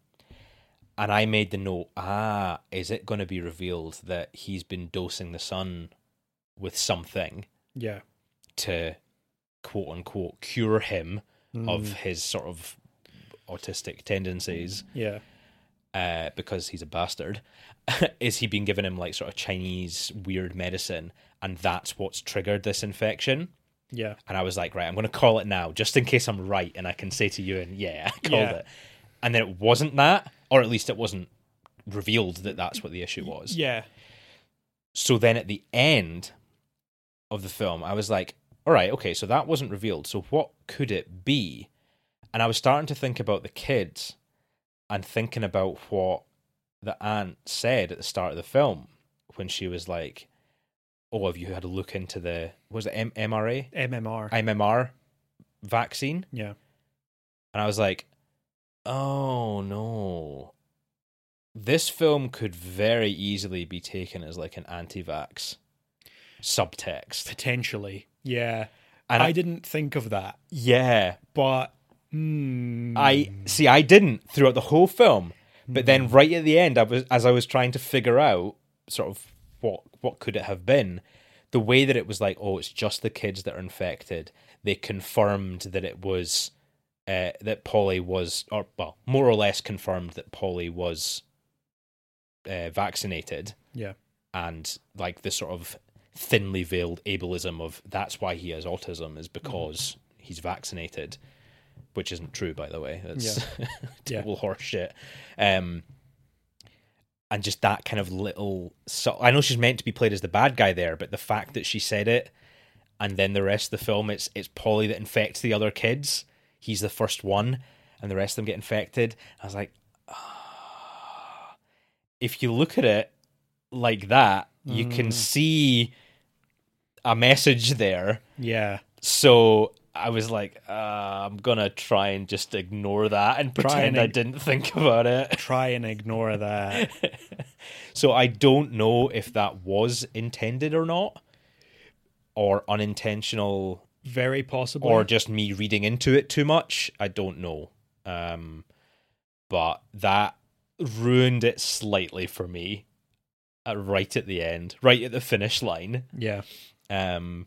Speaker 2: And I made the note, ah, is it going to be revealed that he's been dosing the son with something
Speaker 3: Yeah.
Speaker 2: to quote unquote cure him of his sort of autistic tendencies
Speaker 3: Yeah.
Speaker 2: uh, because he's a bastard? is he been given him like sort of Chinese weird medicine and that's what's triggered this infection?
Speaker 3: Yeah.
Speaker 2: And I was like, right, I'm going to call it now, just in case I'm right, and I can say to you, and yeah, I called
Speaker 3: Yeah.
Speaker 2: it. And then it wasn't that, or at least it wasn't revealed that that's what the issue was.
Speaker 3: Yeah.
Speaker 2: So then at the end of the film, I was like, all right, okay, so that wasn't revealed. So what could it be? And I was starting to think about the kids and thinking about what the aunt said at the start of the film when she was like, oh, have you had a look into the, what was it M- MRA?
Speaker 3: MMR.
Speaker 2: MMR vaccine,
Speaker 3: yeah.
Speaker 2: and I was like, "Oh no, this film could very easily be taken as like an anti-vax subtext."
Speaker 3: Potentially. Yeah.
Speaker 2: And
Speaker 3: I,
Speaker 2: I-
Speaker 3: didn't think of that,
Speaker 2: Yeah,
Speaker 3: but mm,
Speaker 2: I see. I didn't throughout the whole film, but then right at the end, I was as I was trying to figure out sort of what what could it have been. The way that it was like, oh, it's just the kids that are infected. They confirmed that it was uh, that Polly was, or well, more or less confirmed that Polly was uh, vaccinated,
Speaker 3: yeah.
Speaker 2: and like the sort of thinly veiled ableism of that's why he has autism is because he's vaccinated, which isn't true, by the way. That's total horseshit. Um, and just that kind of little. So I know she's meant to be played as the bad guy there, but the fact that she said it, and then the rest of the film, it's it's Polly that infects the other kids. He's the first one, and the rest of them get infected. I was like, ah. if you look at it like that, you can
Speaker 3: Mm.
Speaker 2: see a message there.
Speaker 3: Yeah.
Speaker 2: So I was like, uh, I'm gonna try and just ignore that and
Speaker 3: Try
Speaker 2: pretend
Speaker 3: and
Speaker 2: I
Speaker 3: ig-
Speaker 2: didn't think about it.
Speaker 3: Try and ignore that.
Speaker 2: So I don't know if that was intended or not, or unintentional,
Speaker 3: Very possible.
Speaker 2: or just me reading into it too much. I don't know. Um, but that ruined it slightly for me. At right at the end, right at the finish line.
Speaker 3: yeah.
Speaker 2: Um,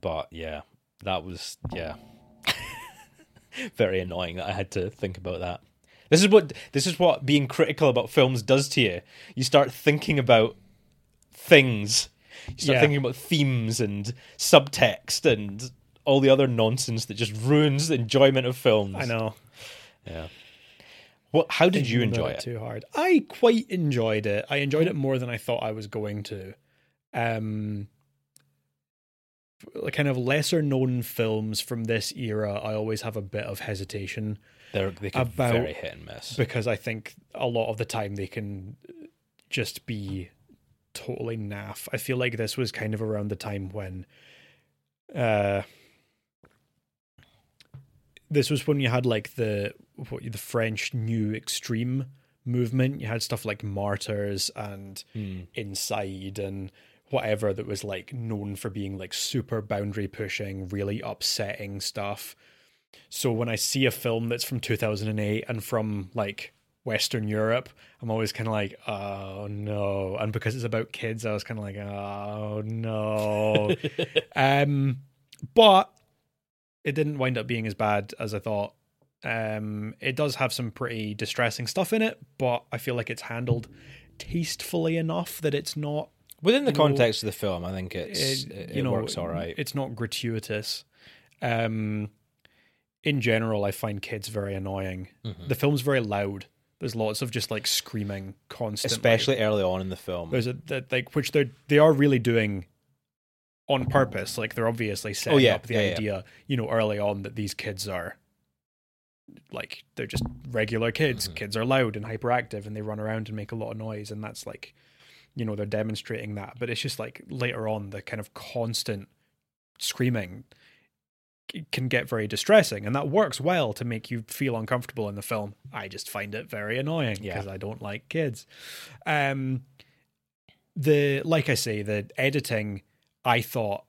Speaker 2: but yeah, that was yeah, very annoying that I had to think about that. This is what this is what being critical about films does to you. You start thinking about things. You start
Speaker 3: Yeah.
Speaker 2: thinking about themes and subtext and all the other nonsense that just ruins the enjoyment of films.
Speaker 3: I know.
Speaker 2: Yeah. What? How did you
Speaker 3: thinking about
Speaker 2: enjoy it?
Speaker 3: Too hard. I quite enjoyed it. I enjoyed it more than I thought I was going to. Um, kind of lesser known films from this era, I always have a bit of hesitation
Speaker 2: They're, they can
Speaker 3: About-
Speaker 2: very hit and miss.
Speaker 3: because I think a lot of the time they can just be totally naff. I feel like this was kind of around the time when uh this was when you had like the what the French new extreme movement. You had stuff like Martyrs and Inside and whatever that was like known for being like super boundary pushing, really upsetting stuff. So when I see a film that's from 2008 and from like Western Europe, I'm always kind of like, oh no. And because it's about kids, I was kind of like, oh no. um, but it didn't wind up being as bad as I thought. Um, it does have some pretty distressing stuff in it, but I feel like it's handled tastefully enough that it's not,
Speaker 2: Within the
Speaker 3: you know,
Speaker 2: context of the film, I think it's
Speaker 3: it,
Speaker 2: it,
Speaker 3: you
Speaker 2: it
Speaker 3: know,
Speaker 2: works all right.
Speaker 3: It's not gratuitous. Um, in general, I find kids very annoying.
Speaker 2: Mm-hmm.
Speaker 3: The film's very loud. There's lots of just like screaming constantly.
Speaker 2: Especially early on in the film.
Speaker 3: there's a that like which they're they are really doing on purpose. Like they're obviously setting
Speaker 2: Oh, yeah,
Speaker 3: up the
Speaker 2: yeah, yeah.
Speaker 3: idea, you know, early on that these kids are like they're just regular kids.
Speaker 2: Mm-hmm.
Speaker 3: Kids are loud and hyperactive and they run around and make a lot of noise and that's like you know, they're demonstrating that. But it's just like later on the kind of constant screaming c- can get very distressing and that works well to make you feel uncomfortable in the film i just find it very annoying
Speaker 2: Yeah.
Speaker 3: because i don't like kids um the like i say the editing i thought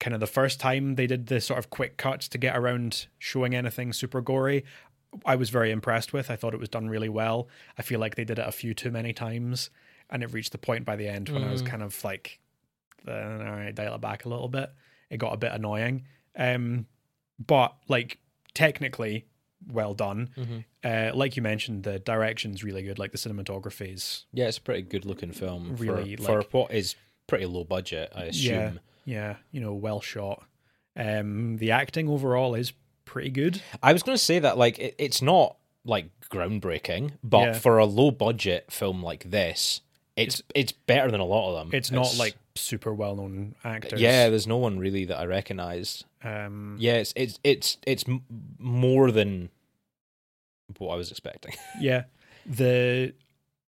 Speaker 3: kind of the first time they did the sort of quick cuts to get around showing anything super gory i was very impressed with i thought it was done really well i feel like they did it a few too many times and it reached the point by the end when i was kind of like then all right, dial it back a little bit. It got a bit annoying. Um, but like technically, well done. Uh, like you mentioned, the direction's really good. Like the cinematography is
Speaker 2: yeah, it's a pretty good looking film. for-
Speaker 3: Really,
Speaker 2: for,
Speaker 3: like-
Speaker 2: what is pretty low budget, I assume.
Speaker 3: yeah, yeah, you know, well shot. Um, the acting overall is pretty good.
Speaker 2: I was going to say that like it, it's not like groundbreaking, but
Speaker 3: Yeah.
Speaker 2: for a low budget film like this, it's it's better than a lot of them.
Speaker 3: It's not like super well known actors.
Speaker 2: yeah, there's no one really that I recognise.
Speaker 3: Um,
Speaker 2: Yeah, it's it's it's it's m- more than what I was expecting.
Speaker 3: yeah. The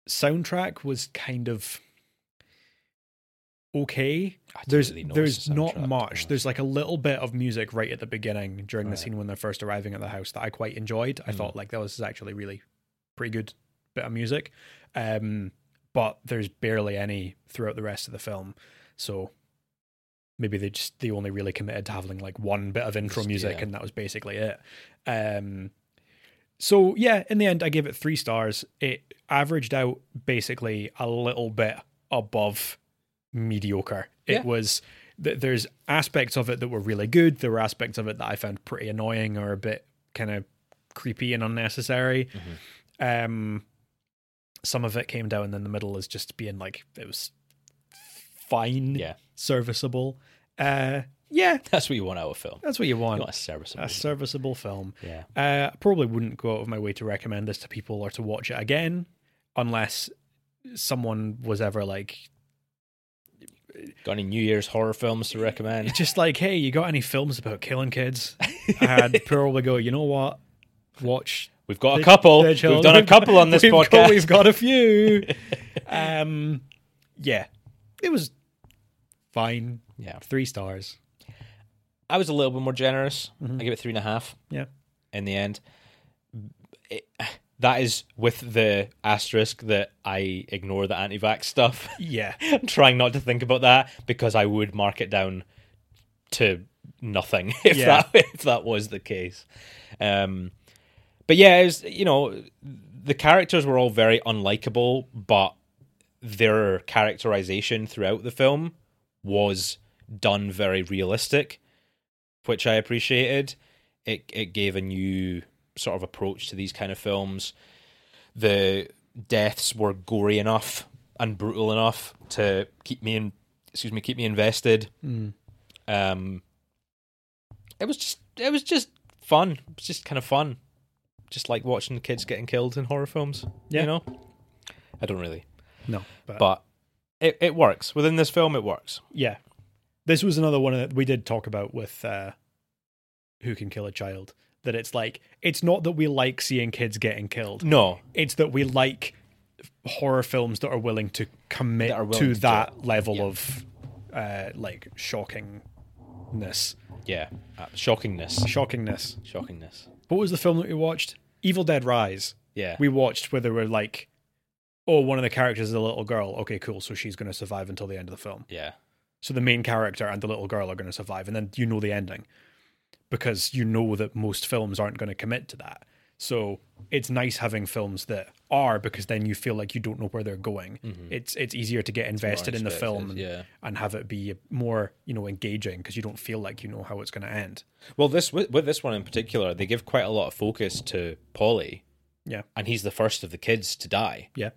Speaker 3: soundtrack was kind of okay.
Speaker 2: I didn't
Speaker 3: there's
Speaker 2: really notice
Speaker 3: there's
Speaker 2: the
Speaker 3: not
Speaker 2: soundtrack, to be
Speaker 3: much.
Speaker 2: honest.
Speaker 3: There's like a little bit of music right at the beginning during the scene when they're first arriving at the house that I quite enjoyed.
Speaker 2: Hmm.
Speaker 3: I thought like that was actually really pretty good bit of music. Um, but there's barely any throughout the rest of the film. So maybe they just they only really committed to having like one bit of intro
Speaker 2: Just-
Speaker 3: music
Speaker 2: yeah.
Speaker 3: and that was basically it. Um so yeah, in the end I gave it 3 stars. It averaged out basically a little bit above mediocre. It
Speaker 2: Yeah.
Speaker 3: was th- there's aspects of it that were really good. There were aspects of it that I found pretty annoying or a bit kind of creepy and unnecessary.
Speaker 2: Mm-hmm.
Speaker 3: Um, some of it came down in the middle as just being like it was fine,
Speaker 2: yeah,
Speaker 3: serviceable. Uh, yeah,
Speaker 2: that's what you want out of a film.
Speaker 3: that's what you
Speaker 2: You
Speaker 3: want.
Speaker 2: want a serviceable.
Speaker 3: A serviceable film.
Speaker 2: yeah,
Speaker 3: Uh, I probably wouldn't go out of my way to recommend this to people or to watch it again, unless someone was ever like,
Speaker 2: got any New Year's horror films to recommend?
Speaker 3: just like, hey, you got any films about killing kids? I'd probably go, you know what? Watch.
Speaker 2: We've got a
Speaker 3: the-
Speaker 2: couple.
Speaker 3: the
Speaker 2: We've
Speaker 3: children-
Speaker 2: done a couple on this
Speaker 3: We've got-
Speaker 2: podcast.
Speaker 3: we've got a few. um, yeah, it was fine.
Speaker 2: Yeah,
Speaker 3: Three stars.
Speaker 2: I was a little bit more generous. I gave it three and a half.
Speaker 3: Yeah.
Speaker 2: in the end. It- that is with the asterisk that I ignore the anti vax stuff.
Speaker 3: Yeah.
Speaker 2: I'm trying not to think about that because I would mark it down to nothing if
Speaker 3: Yeah.
Speaker 2: that if that was the case. Um, but yeah, it was, you know, the characters were all very unlikable, but their characterization throughout the film was done very realistic, which I appreciated. It it gave a new sort of approach to these kind of films. The deaths were gory enough and brutal enough to keep me in, excuse me keep me invested. Um, it was just it was just fun. It was just kind of fun. just like watching kids getting killed in horror films.
Speaker 3: Yeah. Uh,
Speaker 2: You know? I don't really.
Speaker 3: No, but,
Speaker 2: But it, it works. Within this film, it works.
Speaker 3: yeah, this was another one that we did talk about with uh, "Who Can Kill a Child." That it's like it's not that we like seeing kids getting killed;
Speaker 2: No.
Speaker 3: it's that we like horror films that are willing to commit
Speaker 2: That are willing
Speaker 3: to
Speaker 2: to do
Speaker 3: that level of uh, like shockingness,
Speaker 2: Yeah. Uh, shockingness.
Speaker 3: shockingness.
Speaker 2: Shockingness.
Speaker 3: What was the film that we watched? Evil Dead Rise.
Speaker 2: Yeah.
Speaker 3: We watched where they were like, oh, one of the characters is a little girl. Okay, cool. So she's going to survive until the end of the film.
Speaker 2: yeah.
Speaker 3: So the main character and the little girl are going to survive. And then you know the ending because you know that most films aren't going to commit to that. So it's nice having films that are because then you feel like you don't know where they're going. It's it's easier to get invested in the
Speaker 2: unexpected,
Speaker 3: film and,
Speaker 2: yeah.
Speaker 3: and have it be more you know engaging because you don't feel like you know how it's going to end.
Speaker 2: Well, this with, with this one in particular, they give quite a lot of focus to Polly,
Speaker 3: Yeah,
Speaker 2: and he's the first of the kids to die,
Speaker 3: yeah,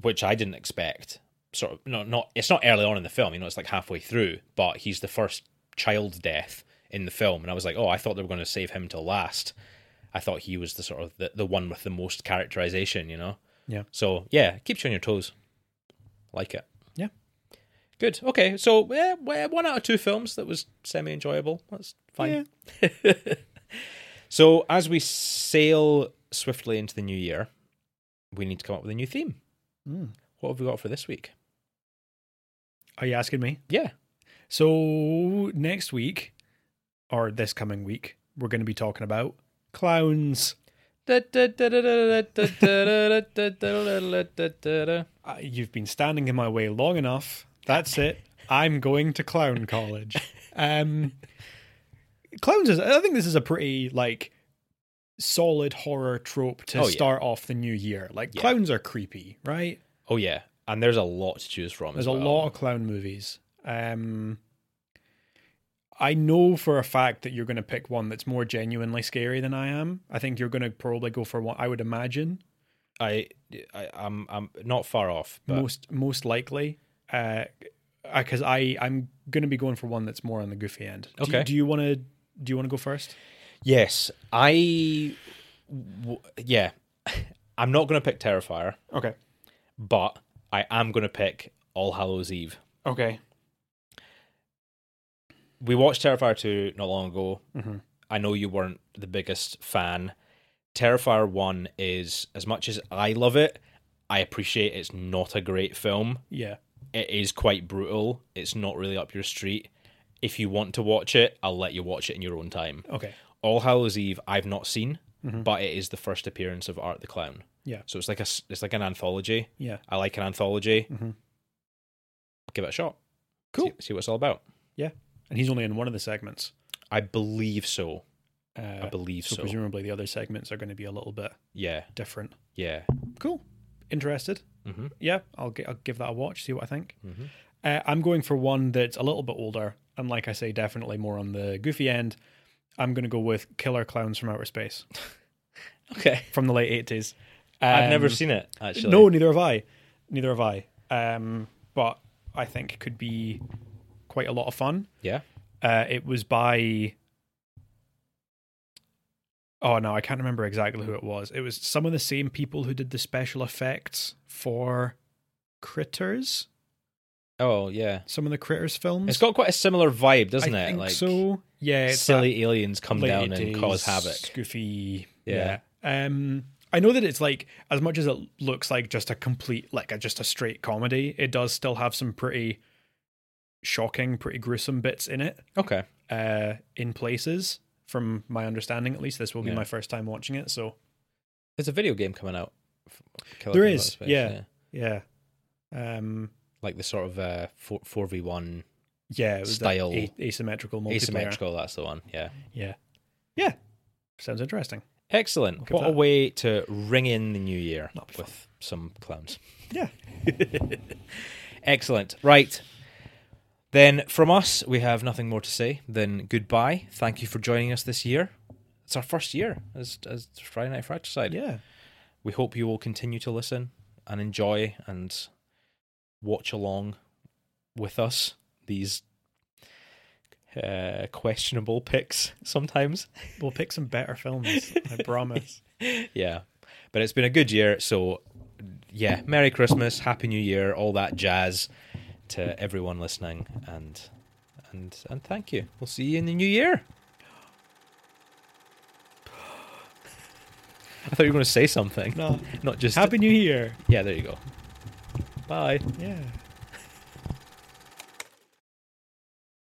Speaker 2: which I didn't expect. Sort of, no, not it's not early on in the film, you know, it's like halfway through, but he's the first child death in the film, and I was like, oh, I thought they were going to save him till last. I thought he was the sort of the, the one with the most characterization, you know.
Speaker 3: yeah,
Speaker 2: So yeah, it keeps you on your toes. Like it.
Speaker 3: yeah.
Speaker 2: Good. Okay. So yeah, well, one out of two films that was semi enjoyable. That's fine. so as we sail swiftly into the new year, we need to come up with a new theme.
Speaker 3: Mm.
Speaker 2: What have we got for this week?
Speaker 3: Are you asking me?
Speaker 2: Yeah.
Speaker 3: So next week, or this coming week, we're going to be talking about clowns.
Speaker 2: That's
Speaker 3: Uh, you've been standing in my way long enough. That's it. I'm going to clown college. Um, clowns is. I think this is a pretty like solid horror trope to
Speaker 2: Oh, yeah.
Speaker 3: start off the new year. Like clowns are creepy, right?
Speaker 2: Oh yeah, and there's a lot to choose from.
Speaker 3: There's
Speaker 2: as well.
Speaker 3: a lot of clown movies. Um, I know for a fact that you're going to pick one that's more genuinely scary than I am. I think you're going to probably go for one. I would imagine
Speaker 2: I, I, I'm, I'm not far off, but
Speaker 3: most most likely, because uh, 'cause I I'm going to be going for one that's more on the goofy end. Do you-
Speaker 2: Okay.
Speaker 3: Do you want to do you want to go first?
Speaker 2: yes, I, w- yeah, I'm not going to pick Terrifier.
Speaker 3: Okay.
Speaker 2: but I am going to pick All Hallows Eve.
Speaker 3: Okay.
Speaker 2: We watched Terrifier 2 not long ago. I know you weren't the biggest fan. Terrifier 1 is, as much as I love it, I appreciate it's not a great film.
Speaker 3: Yeah.
Speaker 2: It is quite brutal. It's not really up your street. If you want to watch it, I'll let you watch it in your own time.
Speaker 3: Okay.
Speaker 2: All Hallows Eve, I've not seen, but it is the first appearance of Art the Clown.
Speaker 3: Yeah.
Speaker 2: So it's like a, s- it's like an anthology.
Speaker 3: Yeah.
Speaker 2: I like an anthology.
Speaker 3: Mhm.
Speaker 2: Give it a shot.
Speaker 3: Cool.
Speaker 2: See, see what it's all about.
Speaker 3: Yeah. And he's only in one of the segments.
Speaker 2: I believe so.
Speaker 3: Uh,
Speaker 2: I believe
Speaker 3: so
Speaker 2: so.
Speaker 3: presumably the other segments are going to be a little bit
Speaker 2: Yeah,
Speaker 3: different.
Speaker 2: yeah.
Speaker 3: Cool. Interested?
Speaker 2: Mhm.
Speaker 3: Yeah, I'll, gi- I'll give that a watch, see what I think.
Speaker 2: Mm-hmm.
Speaker 3: Uh, I'm going for one that's a little bit older, and like I say, definitely more on the goofy end. I'm going to go with Killer Clowns from Outer Space
Speaker 2: Okay.
Speaker 3: from the late 80s.
Speaker 2: I've
Speaker 3: Um,
Speaker 2: never seen it actually.
Speaker 3: No, neither have I. Neither have I. Um, but I think could be quite a lot of fun.
Speaker 2: Yeah.
Speaker 3: Uh, it was by. Oh no, I can't remember exactly who it was. It was some of the same people who did the special effects for Critters,
Speaker 2: Oh yeah.
Speaker 3: some of the Critters films.
Speaker 2: It's got quite a similar vibe,
Speaker 3: I
Speaker 2: doesn't it?
Speaker 3: think
Speaker 2: like
Speaker 3: so. Yeah, it's that
Speaker 2: silly aliens come
Speaker 3: late
Speaker 2: down and cause
Speaker 3: 80s
Speaker 2: havoc.
Speaker 3: Goofy.
Speaker 2: Yeah.
Speaker 3: Um, I know that it's like as much as it looks like just a complete, like a, just a straight comedy, it does still have some pretty shocking, pretty gruesome bits in it.
Speaker 2: Okay.
Speaker 3: uh, in places. From my understanding, at least, this will be
Speaker 2: Yeah.
Speaker 3: my first time watching it. So
Speaker 2: There's a video game coming out. f- Killer
Speaker 3: There
Speaker 2: Clowns
Speaker 3: is,
Speaker 2: Outer Space,
Speaker 3: yeah. yeah, um,
Speaker 2: Like the sort of uh four v one
Speaker 3: yeah, it was that
Speaker 2: Style.
Speaker 3: a- asymmetrical multiplayer.
Speaker 2: asymmetrical. That's the one. Yeah.
Speaker 3: Yeah, yeah, sounds interesting.
Speaker 2: Excellent.
Speaker 3: give
Speaker 2: what a
Speaker 3: that-
Speaker 2: way to ring in the new year
Speaker 3: That'll be
Speaker 2: with some clowns.
Speaker 3: Yeah,
Speaker 2: Excellent. Right. Then from us, we have nothing more to say than goodbye. Thank you for joining us this year. It's our first year as, as Friday Night Fratricide.
Speaker 3: yeah,
Speaker 2: We hope you will continue to listen and enjoy and watch along with us these uh, questionable picks sometimes.
Speaker 3: we'll pick some better films. I promise.
Speaker 2: yeah. But it's been a good year, so yeah, Merry Christmas, Happy New Year, all that jazz to everyone listening and and and thank you. We'll see you in the new year. I thought you were going to say something.
Speaker 3: No.
Speaker 2: Not just
Speaker 3: Happy New Year.
Speaker 2: Yeah, there you go. Bye.
Speaker 3: Yeah.